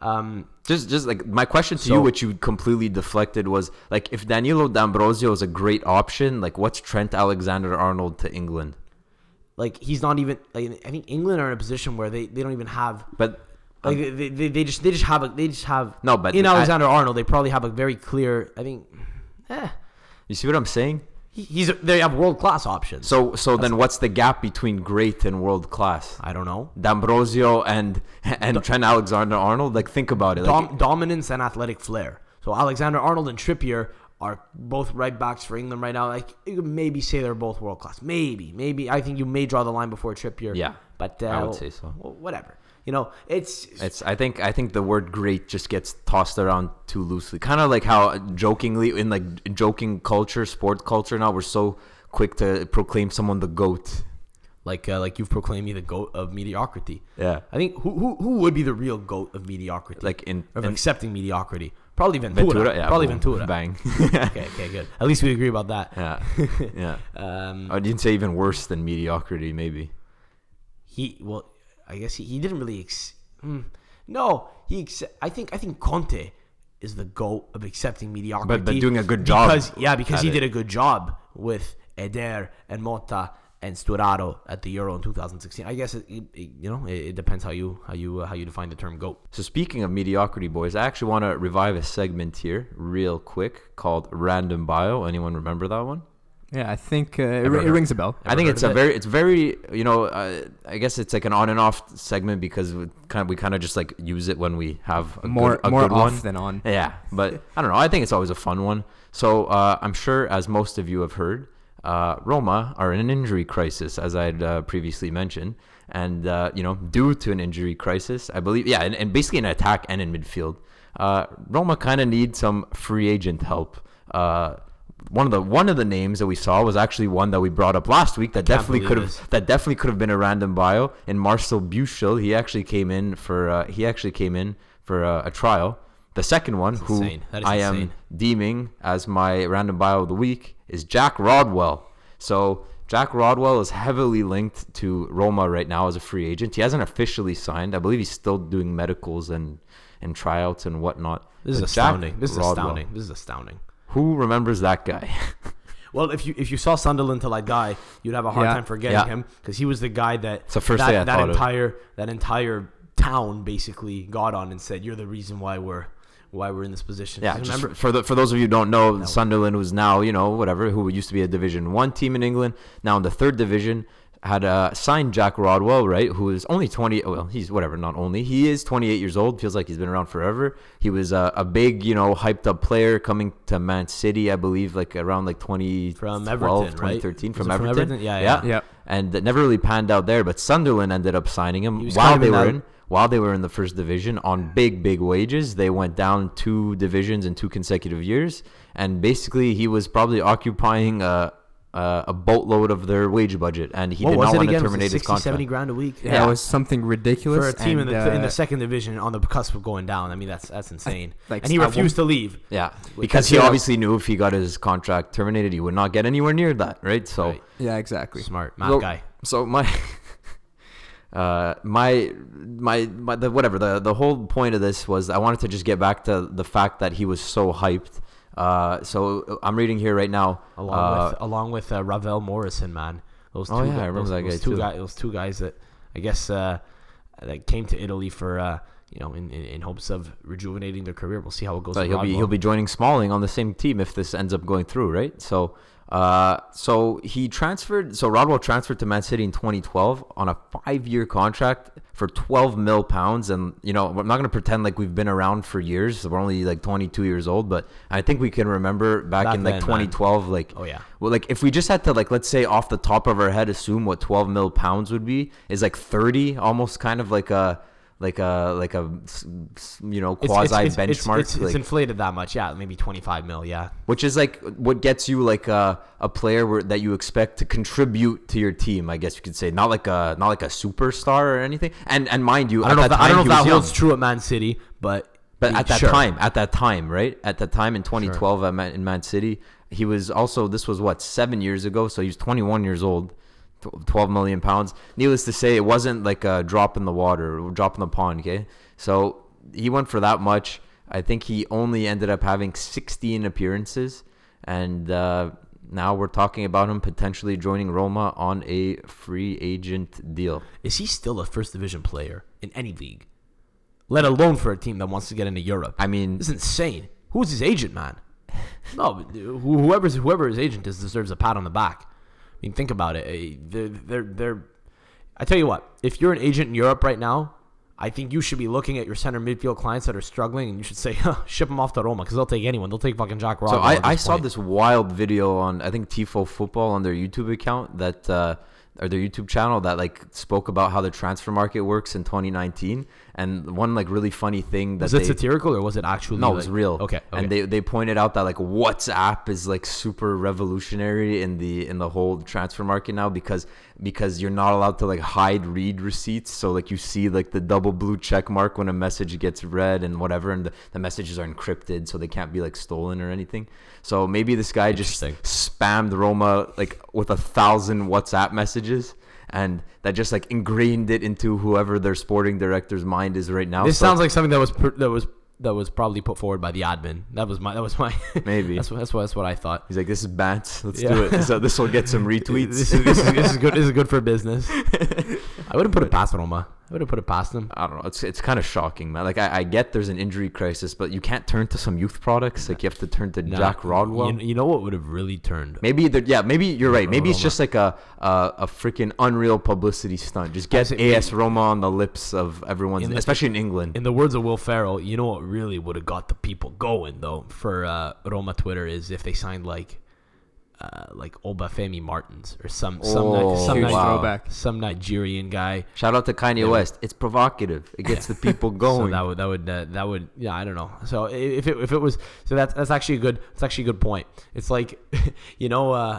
B: Um,
C: Just, just like my question to
B: So-
C: you, which you completely deflected, was like if Danilo D'Ambrosio is a great option, like what's Trent Alexander Arnold to England?
B: like he's not even. Like, I think England are in a position where they, they don't even have.
C: But um,
B: Like they, they, they just they just have a, they just have
C: No, but
B: in
C: I-
B: Alexander Arnold they probably have a very clear I think eh,
C: you see what I'm saying?
B: he, he's they have world class options
C: So, so then what's the gap between great and world class?
B: I don't know
C: D'Ambrosio and and Trent Alexander Arnold. Like think about it. Like,
B: Dom- dominance and athletic flair so Alexander Arnold and Trippier are both right backs for England right now like you could maybe say they're both world class maybe maybe I think you may draw the line before Trippier
C: Yeah,
B: but uh,
C: I would say so.
B: wh- whatever you know it's
C: It's. I think. I think the word "great" just gets tossed around too loosely. Kind of like how jokingly in like joking culture, sport culture. Now we're so quick to proclaim someone the goat.
B: like uh, like you've proclaimed me the goat of mediocrity.
C: Yeah.
B: I think who who, who would be the real goat of mediocrity?
C: Like in-
B: of
C: in-
B: accepting mediocrity. Probably Ventura.
C: Ventura. Yeah.
B: Probably
C: boom,
B: Ventura.
C: Bang.
B: okay, okay, good. At least we agree about that.
C: Yeah. Yeah.
B: Um,
C: I didn't say even worse than mediocrity. Maybe.
B: he well, I guess he, he didn't really. Ex- mm, no, he. Ex- I think I think Conte is the goat of accepting mediocrity,
C: doing a good job
B: Because yeah, because
C: at
B: he
C: it.
B: did a good job with Eder and Mota and Sturaro at the Euro in 2016. I guess it, it, it- you know it, it depends how you how you uh, how you define the term goat.
C: So speaking of mediocrity, boys, I actually want to revive a segment here, real quick, called Random Bio. Anyone remember that one?
E: Yeah, I think uh, it,
B: heard
E: ri- it
B: of
E: rings a bell.
C: I think
B: heard
C: it's
B: of
C: a
B: it.
C: very, it's very, you know, uh, I guess it's like an on and off segment because we kind of, we kind of just like use it when we have a
E: More
C: good, a
E: more
C: good
E: off
C: one.
E: than on.
C: Yeah, but I don't know. I think it's always a fun one. So uh, I'm sure, as most of you have heard, uh, Roma are in an injury crisis, as I had uh, previously mentioned, and uh, you know, due to an injury crisis, I believe, yeah, and, and basically in attack and in midfield, uh, Roma kind of need some free agent help. Uh, one of the one of the names that we saw was actually one that we brought up last week that definitely
B: believe
C: could have
B: this.
C: that definitely could have been a random bio. And Marcel Buchel, he actually came in for uh, he actually came in for uh, a trial. The second one, who
B: insane. That is
C: I am
B: insane.
C: deeming as my random bio of the week, is Jack Rodwell. So Jack Rodwell is heavily linked to Roma right now as a free agent. He hasn't officially signed. I believe he's still doing medicals and and tryouts and whatnot.
B: This is
C: But Jack
B: astounding. This is
C: Rodwell,
B: astounding. This is astounding.
C: Who remembers that guy?
B: Well, if you if you saw Sunderland till I die, you'd have a hard
E: Yeah.
B: time forgetting
C: Yeah.
B: him because he was the guy that
C: the first
B: that,
C: day I
B: that
C: thought of.
B: entire that entire town basically got on and said, "You're the reason why we're why we're in this position."
C: Yeah,
B: Because
C: just
B: remember,
C: for the, for those of you who don't know, Sunderland was now you know whatever who used to be a Division One team in England, now in the third division, had uh, signed Jack Rodwell, right? Who is only twenty. Well, he's whatever. Not only he is twenty eight years old, feels like he's been around forever. He was uh, a big you know hyped up player coming to Man City, I believe, like around like 2012,
B: From Everton, right?
C: 2013
B: Was
C: from,
B: it from
C: Everton.
B: Everton? Yeah, yeah.
E: Yeah.
C: And it never really panned out there, but Sunderland ended up signing him
B: was
C: while
B: kind of
C: they
B: in
C: were
B: that-
C: in while they were in the first division on big, big wages. They went down two divisions in two consecutive years, and basically he was probably occupying a a, a boatload of their wage budget, and he
B: what
C: did
B: was
C: not
B: it
C: want
B: again?
C: to
B: Was it
C: terminate
B: 60,
C: his contract.
B: 70 grand a week
E: Yeah,
C: Yeah.
E: it was something
B: for
E: ridiculous.
B: a team
E: and,
B: in the in
E: uh,
B: the second division on the cusp of going down. I mean, that's that's insane.
E: like,
B: and he
E: I
B: refused to leave.
C: Yeah,
B: Wait,
C: because he
E: that's-
C: obviously knew if he got his contract terminated, he would not get anywhere near that, right? So.
B: Right.
E: Yeah, exactly.
B: Smart math
C: So-
B: guy.
C: So my, uh, my, my, my, the, whatever. The the whole point of this was I wanted to just get back to the fact that he was so hyped. Uh, so I'm reading here right now.
B: along
C: uh,
B: with along with uh, Ravel Morrison, man. Those two,
C: Oh, yeah,
B: gu-
C: I remember
B: those,
C: that
B: those
C: guy,
B: two
C: too.
B: guy- those two guys that I guess uh, that came to Italy for uh, you know in, in, in hopes of rejuvenating their career. We'll see how it goes.
C: So
B: with
C: he'll be
B: Rodwell.
C: he'll be joining Smalling on the same team if this ends up going through, right? So uh, so he transferred. So Rodwell transferred to Man City in 2012 on a five-year contract for 12 mil pounds, and you know I'm not gonna pretend like we've been around for years. we're only like 22 years old, but I think we can remember back
B: Back
C: in
B: then,
C: like
B: man.
C: 2012, like
B: Oh, yeah.
C: well, like if we just had to like let's say off the top of our head assume what 12 mil pounds would be is like 30, almost kind of like a like a like a s- s- you know
B: It's- it's-
C: quasi
B: it's-
C: benchmark.
B: It's, it's, it's
C: like-
B: inflated that much, yeah. Maybe twenty five mil, yeah.
C: which is like what gets you like a, a player where, that you expect to contribute to your team. I guess you could say not like a not like a superstar or anything. And and mind you,
B: I don't know.
C: at
B: If
C: that
B: that, I don't know
C: time
B: if
C: he
B: that
C: was
B: holds
C: young.
B: true at Man City, but
C: But
B: he-
C: at that
B: sure.
C: time, at that time, right? At that time in 2012 at Man, in Man City, he was also this was what seven years ago, so he was 21 years old. tw- 12 million pounds. Needless to say, it wasn't like a drop in the water, a drop in the pond. Okay, so he went for that much. I think he only ended up having 16 appearances, and uh, now we're talking about him potentially joining Roma on a free agent deal.
B: Is he still a first division player in any league? Let alone for a team that wants to get into Europe.
C: I mean,
B: This is insane. Who's his agent, man? No, but wh- whoever's whoever his agent is deserves a pat on the back. I mean, think about it. Eh, They're, they're, they're, I tell you what, if you're an agent in Europe right now, I think you should be looking at your center midfield clients that are struggling, and you should say, huh, ship them off to Roma because they'll take anyone. They'll take fucking Jack Ross.
C: So I, I saw this wild video on I think Tifo Football on their YouTube account that uh, or their YouTube channel that like spoke about how the transfer market works in 2019 and one like really funny thing that
B: Was
C: they,
B: it satirical or was it actually?
C: no, it
B: like-
C: was real.
B: Okay, okay.
C: And they, they pointed out that like WhatsApp is like super revolutionary in the in the whole transfer market now because because you're not allowed to like hide read receipts. So like you see like the double blue check mark when a message gets read and whatever, and the, the messages are encrypted so they can't be like stolen or anything. So maybe this guy just spammed Roma like with a thousand WhatsApp messages. And that just like ingrained it into whoever their sporting director's mind is right now.
B: This
C: So-
B: sounds like something that was per, that was that was probably put forward by the admin. That was my that was my
C: Maybe.
B: that's what that's what that's what I thought.
C: He's like, this is Bats. Let's
B: Yeah.
C: do it. So this will get some retweets.
B: This is, this, is, this is good. This is good for business. I wouldn't put it past Roma. I would have put it past them.
C: I don't know. It's it's kind of shocking, man. Like I, I get there's an injury crisis, but you can't turn to some youth products. Like you have to turn to
B: Nah,
C: Jack Rodwell.
B: You, you know what would have really turned?
C: maybe they're- yeah. Maybe you're right. Maybe it's
B: Roma.
C: just like a a, a freaking unreal publicity stunt. Just get
B: Actually,
C: AS Roma on the lips of everyone,
B: In the-
C: especially in England.
B: In the words of Will Ferrell, you know what really would have got the people going though for uh, Roma Twitter is if they signed like uh, like Obafemi Martins or some some
C: Oh,
B: Ni- some,
E: Huge
B: Ni-
C: wow.
E: throwback.
B: some Nigerian guy.
C: Shout out to Kanye West. It's provocative. It gets the people
B: So
C: going.
B: that would that would uh, that would yeah I don't know. So i- if it if it was so that's that's actually a good that's actually a good point. It's like you know uh, I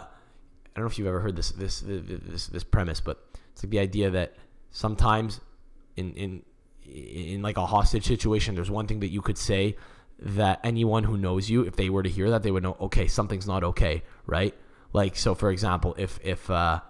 B: don't know if you've ever heard this this this this premise, but it's like the idea that sometimes in in in like a hostage situation, there's one thing that you could say that anyone who knows you, if they were to hear that, they would know okay something's not okay, right? Like so, for example, if if uh,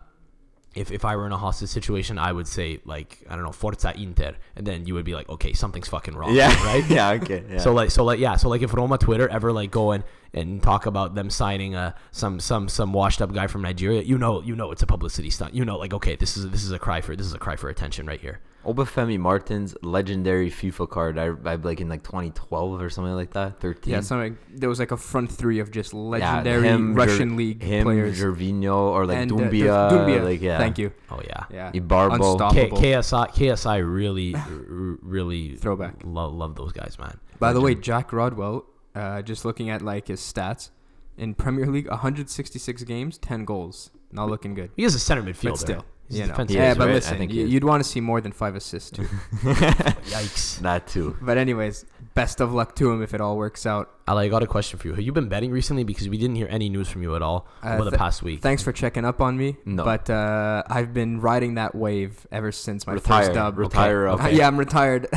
B: if if I were in a hostage situation, I would say like I don't know Forza Inter, and then you would be like, okay, something's fucking wrong.
C: yeah. Right. yeah. Okay. Yeah.
B: So like so like yeah so like if Roma Twitter ever like go and, and talk about them signing uh some some some washed up guy from Nigeria you know you know it's a publicity stunt you know like okay this is this is a cry for this is a cry for attention right here
C: Obafemi Martins, legendary FIFA card. I, I like in like 2012 or something like that. 13.
E: Yeah, something there was like a front three of just
C: Yeah,
E: legendary
C: him, Jer-
E: Russian league
C: him,
E: players.
C: Gervinho or like
E: and, uh,
C: Dumbia,
E: Dumbia.
C: like yeah,
E: Thank you.
B: oh yeah
E: Yeah.
C: Ibarbo.
B: K-
E: Unstoppable.
B: KSI KSI really r- really
E: Throwback.
B: lo- love those guys man
E: By the way, Jack Rodwell, uh, just looking at like his stats in Premier League, 166 games, 10 goals. Not looking good.
B: he is a center midfielder
E: But still,
B: He's a
E: you know.
B: defensive
E: yeah,
C: is,
B: midfielder.
E: but
C: right? I
E: listen,
C: think he
E: you,
C: is.
E: you'd want to see more than five assists. Too.
B: yikes
C: that too.
E: but anyways, best of luck to him if it all works out.
B: Ali, I got a question for you. Have you been betting recently? Because we didn't hear any news from you at all
E: Uh,
B: over the
E: th-
B: past week.
E: Thanks for checking up on me.
C: No.
E: But uh, I've been riding that wave ever since my
C: Retire,
E: first dub.
C: retire
E: Uh,
C: up.
E: yeah, I'm retired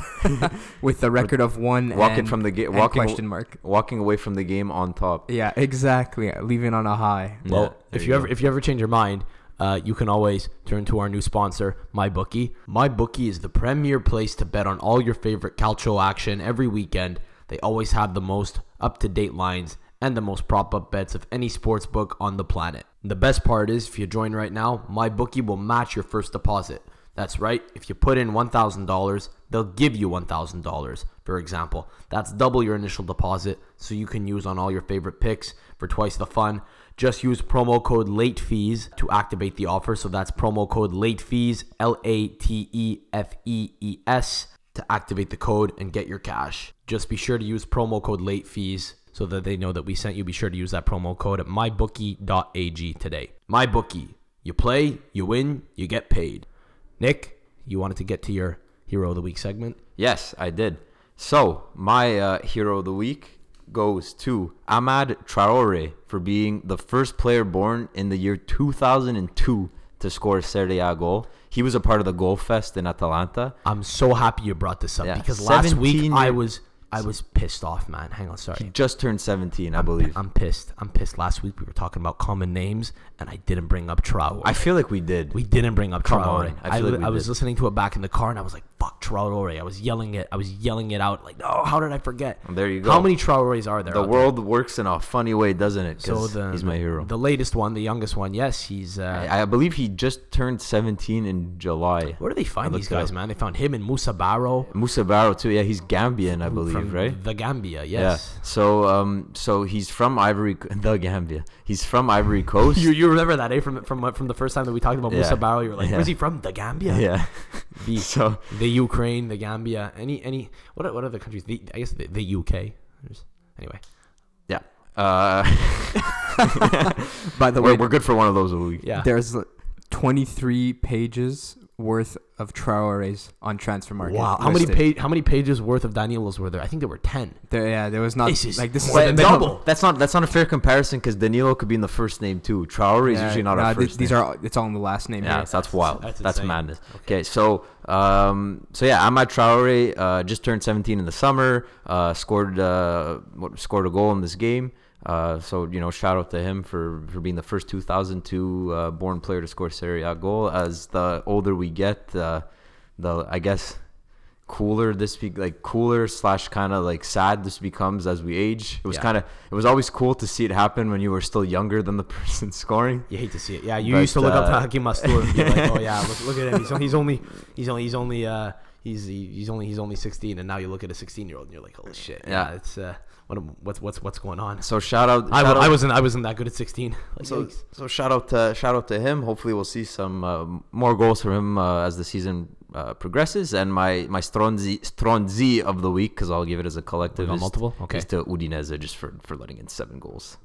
E: with a record of one.
C: Walking
E: and-
C: from the ga-
E: and
C: walking-
E: question mark.
C: Walking away from the game on top.
E: Yeah, exactly. Leaving on a high.
B: Well,
C: Yeah,
B: if
C: there
B: you,
C: you
B: ever if you ever change your mind, uh, you can always turn to our new sponsor, MyBookie. MyBookie is the premier place to bet on all your favorite calcio action every weekend. They always have the most up to date lines and the most prop up bets of any sports book on the planet. The best part is if you join right now, MyBookie will match your first deposit. That's right. If you put in $1,000, they'll give you $1,000, for example. That's double your initial deposit, so you can use on all your favorite picks for twice the fun. Just use promo code late fees to activate the offer. So that's promo code late fees, L A T E F E E S, to activate the code and get your cash. Just be sure to use promo code late fees so that they know that we sent you. Be sure to use that promo code at mybookie.ag today. MyBookie. You play, you win, you get paid. Nick, you wanted to get to your hero of the week segment.
C: Yes, I did. So my uh, hero of the week goes to Ahmad Traore for being the first player born in the year 2002 to score a Serie A goal. He was a part of the goal fest in Atalanta.
B: I'm so happy you brought this up
C: Yeah,
B: because last week
C: 17
B: I
C: year-
B: was I was pissed off, man. Hang on, sorry.
C: Just turned 17, I believe.
B: I'm pissed. I'm pissed. Last week we were talking about common names and I didn't bring up Traore.
C: I feel like we did.
B: we didn't bring up
C: Come
B: Traore.
C: on,
B: I,
C: I feel
B: li-
C: like we
B: I was
C: did.
B: listening to it back in the car and I was like, fuck Traore. I was yelling it. I was yelling it out. Like, no, how did I forget?
C: There you go.
B: How many Traores are there?
C: The
B: out there?
C: world works in a funny way, doesn't it?
B: So
C: 'Cause
B: the
C: he's my hero.
B: The latest one, the youngest one. Yes, he's. Uh,
C: I I believe he just turned 17 in July.
B: where do they find
C: I
B: these
C: looked it
B: guys,
C: up.
B: man? They found him and Musa Barrow
C: Musa Barrow too. Yeah, he's Gambian, I believe,
B: from
C: right?
B: the Gambia. Yes.
C: Yeah. So, um, so he's from Ivory, Co- the Gambia. He's from Ivory Coast.
B: You, you remember that, eh? From from from the first time that we talked about
C: Yeah.
B: Musa Barrow, you were like,
C: Yeah.
B: "Where's he from? The Gambia?
C: yeah. so
B: The Ukraine, the Gambia, any any what are- what other countries? The, I guess the, the UK. There's- Anyway,
C: yeah. Uh,
E: By the
C: we're,
E: way,
C: we're good for one of those a week.
B: yeah.
E: there's like, 23 pages worth of Traore's on transfer market.
B: Wow, how many
E: listed.
B: page how many pages worth of Danielos were there? I think there were ten.
E: There, yeah, there was not
B: This is
E: like this
B: more
E: is
B: than
E: the
B: double.
C: That's not that's not a fair comparison because Danilo could be in the first name too. Traore is
E: Yeah,
C: usually not
E: nah,
C: our
E: th-
C: first.
E: These
C: name.
E: are it's all in the last name.
C: Yeah,
E: here.
C: so that's wild.
B: That's
C: That's,
B: insane.
C: madness. Okay, so um, so yeah, Ahmad Traore uh, just turned 17 in the summer. Uh, scored uh, what, scored a goal in this game. Uh, so you know, shout out to him for, for being the first 2002 uh, born player to score Serie A goal. As the older we get, uh, the I guess cooler this be like cooler slash kind of like sad this becomes as we age. It was
B: Yeah.
C: kind of it was always cool to see it happen when you were still younger than the person scoring.
B: You hate to see it. Yeah, you
C: But,
B: used to look up
C: uh,
B: to Hakim Mastour and be like, "Oh yeah, look, look at him. He's, on- he's only he's only he's only uh he's he's only he's only 16." And now you look at a 16-year-old and you're like, "Holy shit." Yeah,
C: Yeah.
B: it's uh what am- what's what's what's going on?
C: So shout out.
B: I,
C: shout
B: wa-
C: out-
B: I wasn't I wasn't that good at 16. Like,
C: So,
B: yikes.
C: so shout out to shout out to him. Hopefully, we'll see some uh, more goals from him uh, as the season uh, progresses. And my my Stronzi Stronzi of the week because I'll give it as a collective.
B: got
C: is-
B: multiple? Okay.
C: Is to Udinese just for, for letting in seven goals.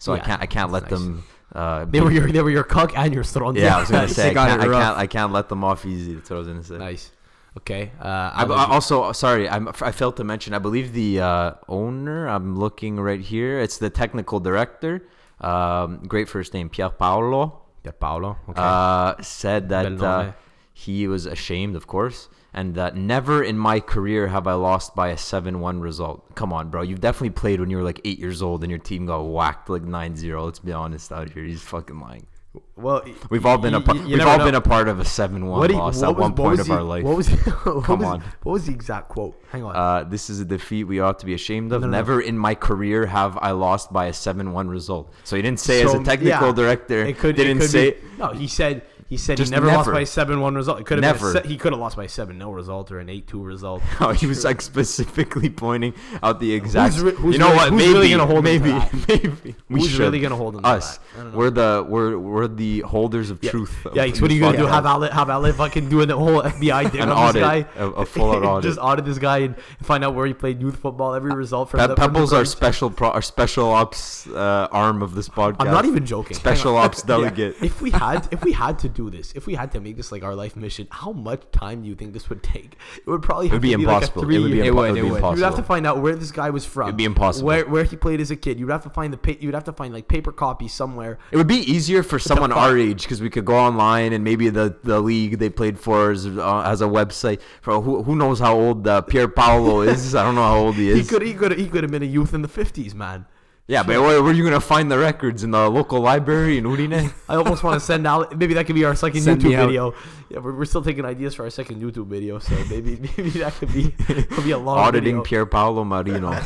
C: So
B: Yeah,
C: I can't I can't let
B: that's nice.
C: them. Uh,
B: they
C: be-
B: were your they were your cuck and your strong.
C: yeah, I was gonna say
E: They
C: I
E: got
C: can't,
E: it
C: I
E: rough.
C: can't I can't let them off easy. That's what I was gonna say.
B: nice. Okay. Uh,
C: I,
B: I'll
C: I
B: let you-
C: also sorry, I'm, I failed to mention. I believe the uh, owner. I'm looking right here. It's the technical director. Um, great first name, Pier Paolo.
B: Yeah, Paolo. Okay.
C: uh, said that
B: Bel
C: uh,
B: nome.
C: he was ashamed, of course, and that never in my career have I lost by a 7 1 result. Come on, bro. You've definitely played when you were like eight years old and your team got whacked like 9 0. Let's be honest out here. He's fucking lying.
B: well,
C: We've all been a part, we've all been a part of a 7 1
B: do you-
C: loss at one point of
B: the-
C: our life.
B: What was, what
C: Come
B: was-
C: on.
B: What was the exact quote? Hang on.
C: uh, this is a defeat we ought to be ashamed of.
B: No, no, no.
C: Never in my career have I lost by a 7 1 result. So he didn't say as
B: So,
C: a technical
B: yeah,
C: director.
B: it could,
C: didn't
B: it could
C: say.
B: Be, no, he said he said he
C: Just
B: never, lost
C: never.
B: by a seven-one result. It could have been a
C: Never.
B: se- he could have lost by a seven-no result or an eight-two result.
C: No, Oh, he was like specifically pointing out the exact.
B: re- who's
C: you know
B: really-
C: what?
B: who's
C: maybe
B: really gonna hold him
C: maybe
B: to that?
C: maybe we
B: Who's
C: should.
B: really gonna hold him to
C: Us.
B: that? I don't know.
C: We're the we're we're the holders of
B: Yeah.
C: truth. of
B: Yikes! What are you
C: this
B: gonna do?
C: podcast.
B: Have Ale have Ale fucking doing the whole FBI dig
C: An
B: on
C: audit,
B: this guy?
C: a- a full-out audit.
B: Just audit this guy and find out where he played youth football. Every result from
C: Pe-
B: the, from the
C: Pebbles our
B: Bruins.
C: special pro, our special ops uh, arm of this podcast.
B: I'm not even joking.
C: Special
B: Hang on.
C: ops delegate.
B: If we had if we had to do this, if we had to make this like our life mission, how much time do you think this would take? It would probably have
C: It would be
B: to
C: impossible.
B: Be like a
C: it would be,
B: three-
E: it
C: impo-
E: would,
C: it would
E: it
C: be
E: would.
C: impossible.
B: You'd have to find out where this guy was from.
C: It'd be impossible.
B: Where where he played as a kid. You'd have to find the pa- you'd have to find like paper copies somewhere.
C: It would be easier for someone
B: fuck?
C: our age because we could go online and maybe the, the league they played for is, uh, has a website. For who, who knows how old uh, Pier Paolo is? I don't know how old he
B: He
C: is.
B: could he could he could have been a youth in the fifties, man.
C: yeah, but where, where are you gonna find the records in the local library in Udine?
B: I almost want to send out. Maybe that could be our second
E: Send me
B: YouTube
E: out.
B: video. Yeah, we're, we're still taking ideas for our second YouTube video, so maybe maybe that could be could be a long
C: Auditing
B: video.
C: Pier Paolo Marino.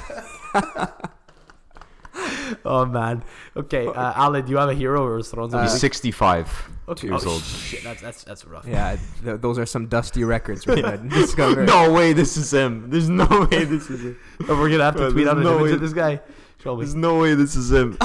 B: Oh man. Okay, uh, Ale, do you have a hero or a Stronzo?
C: He's 65
B: okay.
C: years
B: oh,
C: old.
B: Shit, that's that's that's rough.
E: Yeah, th- those are some dusty records we had discovered.
C: No way, this is him. There's no way this is him.
B: And we're gonna have to
C: Well,
B: tweet out an
C: there's no
B: image
C: way-
B: of this guy. Shall we?
C: There's no way this is him.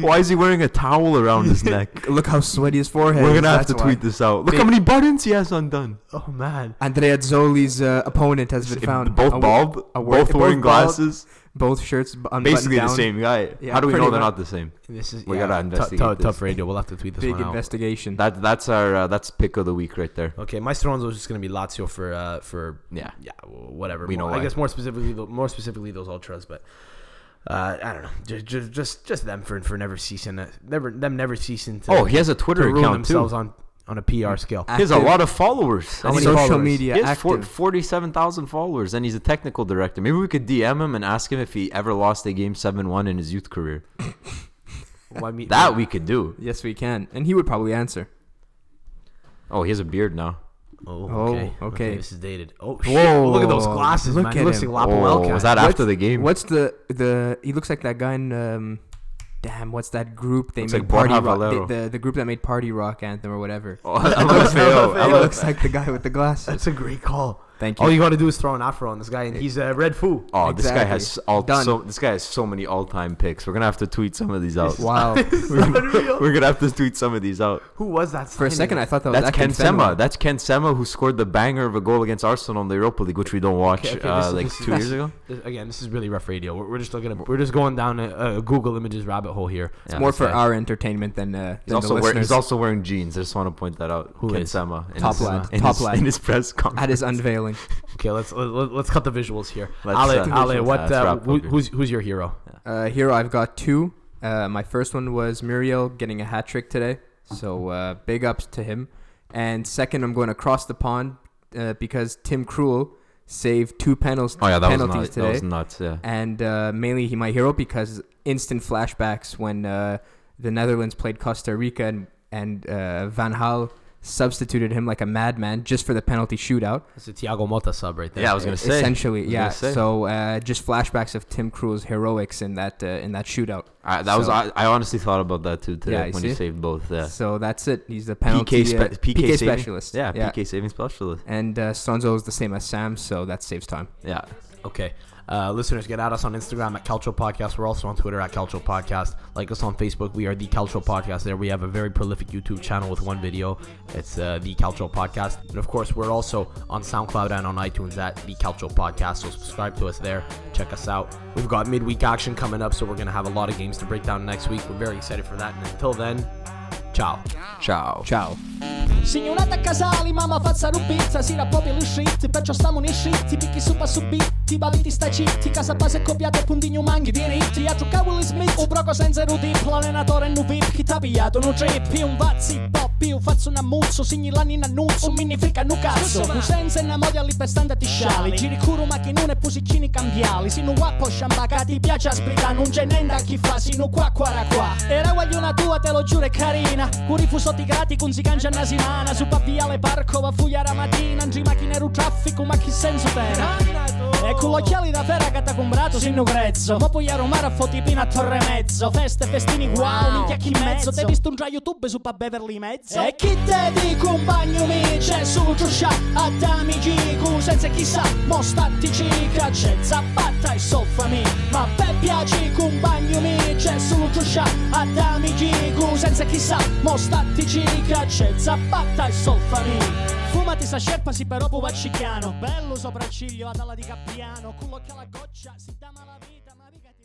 C: Why is he wearing a towel around his neck?
E: Look how sweaty his forehead.
C: We're
E: is,
C: gonna have
E: that's
C: to
E: why.
C: tweet this out. Look how many buttons he has undone.
B: Oh man.
E: Andrea Zoli's uh, opponent has been
C: If
E: found.
C: both
E: A-
C: bald,
E: a wor-
C: both wearing
E: bald,
C: glasses,
E: both shirts b- unbuttoned
C: basically
E: down.
C: the same guy.
E: Yeah,
C: How do we
E: pretty
C: know they're
E: much.
C: not the same?
B: This is
C: We
B: yeah,
C: gotta
B: tou-
C: investigate
B: tou-
C: this.
B: Tough radio. We'll have to tweet this
E: Big
B: one out.
E: investigation.
C: That that's our uh, that's pick of the week right there.
B: Okay, my Stronzo is just gonna be Lazio for uh, for
C: Yeah.
B: yeah w- whatever.
C: We know
B: More- I
C: why.
B: guess more specifically tho- more specifically those ultras, but uh, I don't know. Just just just, just them for for never ceasing to, never them never ceasing to
C: Oh, he has a
B: to
C: Twitter
B: ruin
C: account
B: themselves
C: too.
B: on on a PR scale.
E: Ah,
C: He has a
E: Active.
C: lot of followers.
B: How
C: And
B: many
C: he's-
E: social
B: followers?
E: media
C: He has four-
E: active.
C: 47,000 followers, and he's a technical director. Maybe we could DM him and ask him if he ever lost a game 7 1 in his youth career.
B: Why me-
C: That we could do.
E: yes, we can, and he would probably answer.
C: Oh, he has a beard now.
B: Oh,
E: Oh,
B: okay.
E: okay.
B: This is dated. Oh, shit. Look at those
E: Whoa.
B: glasses,
E: Look
B: man.
E: at
B: He looks
E: him.
B: like
C: Oh,
B: Lapuelka.
C: was that after the game?
E: What's the the? He looks like that guy in um, damn. What's that group they
C: Looks
E: made
C: like
E: party
C: Borja
E: rock?
C: Valero.
E: The, the the group that made party rock anthem or whatever.
C: Oh, LFAO.
E: He looks
C: LFAO.
E: like the guy with the glasses.
B: That's a great call.
E: Thank you.
B: All you got to do is throw an afro on this guy, and he's a red foo.
C: Oh, this guy
E: Exactly.
C: has all
E: Done.
C: so this guy has so many all-time picks. We're gonna have to tweet some of these out.
E: Wow.
C: We're gonna have to tweet some of these out.
B: Who was that?
E: For a second, I thought Oh, that was
C: That's Ken
E: Akin
C: Sema.
E: Fenway.
C: That's Ken Sema who scored the banger of a goal against Arsenal in the Europa League, which we don't watch
B: Okay, okay,
C: uh,
B: this is-
C: like
B: this is-
C: two years ago.
B: again, this is really rough radio. We're, we're just looking at. We're just going down a, a Google Images rabbit hole here.
C: Yeah,
E: More
C: this
E: for
C: guy.
E: our entertainment than, uh,
C: He's
E: than the
C: also, wear,
E: listeners.
C: he's also wearing jeans. I just want to point that out.
B: Who
C: Ken
B: is?
C: Sema. in
E: Top
C: his-
E: lad.
C: in
E: Top
C: his-
E: lad.
C: In his press
E: at
C: conference.
E: his unveiling.
B: Okay, let's let, let's cut the visuals here.
C: Let's,
B: Ale,
C: uh,
B: Ale,
C: let's
B: what?
C: wrap
B: Uh,
C: up
B: who,
C: here.
B: who's who's your hero?
E: Uh, here I've got two. Uh, my first one was Muriel getting a hat trick today, so uh, big ups to him. And second, I'm going across the pond uh, because Tim Krul saved two penals,
C: Oh yeah, that was,
E: penalties
C: nuts.
E: today,
C: that was nuts. Yeah.
E: and uh, mainly he my hero because instant flashbacks when uh, the Netherlands played Costa Rica and and uh, Van Hal substituted him like a madman just for the penalty shootout.
B: That's a Thiago Mota sub right there.
C: Yeah, I was gonna say. I
E: Essentially,
C: was
E: yeah.
C: gonna say.
E: So uh, just flashbacks of Tim Krul's heroics in that uh, in that shootout.
C: I, that was
E: So-
C: I, I honestly thought about that too today
E: Yeah, you
C: when
E: see?
C: he saved both. Yeah.
E: So that's it. He's the penalty
C: PK,
E: uh,
C: spe- PK, saving-
E: PK specialist.
C: Yeah, PK saving specialist.
E: And uh, Sonzo is the same as Sam, so that saves time.
C: Yeah.
B: Okay. Uh, listeners, get at us on Instagram at Calcio Podcast. We're also on Twitter at Calcio Podcast. Like us on Facebook. We are The Calcio Podcast. There we have a very prolific YouTube channel with one video. It's uh, The Calcio Podcast. And of course, we're also on SoundCloud and on iTunes at The Calcio Podcast. So subscribe to us there. Check us out. We've got midweek action coming up, so we're going to have a lot of games to break down next week. We're very excited for that. And until then, ciao.
C: Ciao.
E: Ciao.
G: Signorata a casali, mamma fazza rubizza, si rapporti l'usciti, perciò stiamo nei scitti, picchi su pa subitti, baviti sta citti, casa base copiate, puntigno manghi, viene itti, a giocare Will Smith, un broco senza erudip, l'allenatore non vip, chi t'ha pigliato, non trip, io un vazzi, pop, io faccio un ammuzzo, signi l'anni in annuzzo, un minifrica nu cazzo, un senza una moda all'ipestante ti sciali, giri curo macchinone, pusicini cambiali, sino qua po' sciambacca, ti piace a splita, non c'è niente a chi fa, sino qua qua ra, qua, era guagliona tua, te lo giuro è carina, con i fusotti grati, con si cancia nasinana, su pa viale parco, va fuglia la mattina, andri macchinero traffico, ma chi senso tera? E con gli occhiali da ferra che t'ha comprato, sinno grezzo, ma poi a Romara fotti pina a torre mezzo, feste, festini, wow, minchia chi in mezzo, te visto un già YouTube su pa beverli mezzo? E chi te di compagno mi c'è sul truscia, a dami gicu, senza chissà, mo stattici, c'è zappatta e soffami, ma per piaci compagno mi c'è sul truscia, a dami gicu, senza chissà, mo stattici, c'è zappatta e soffami. Fumati sta scerpa, si però puvacci chiano, bello sopracciglio, ad alla di Cappiano, con l'occhio alla goccia, si dà malavita, ma mica ti...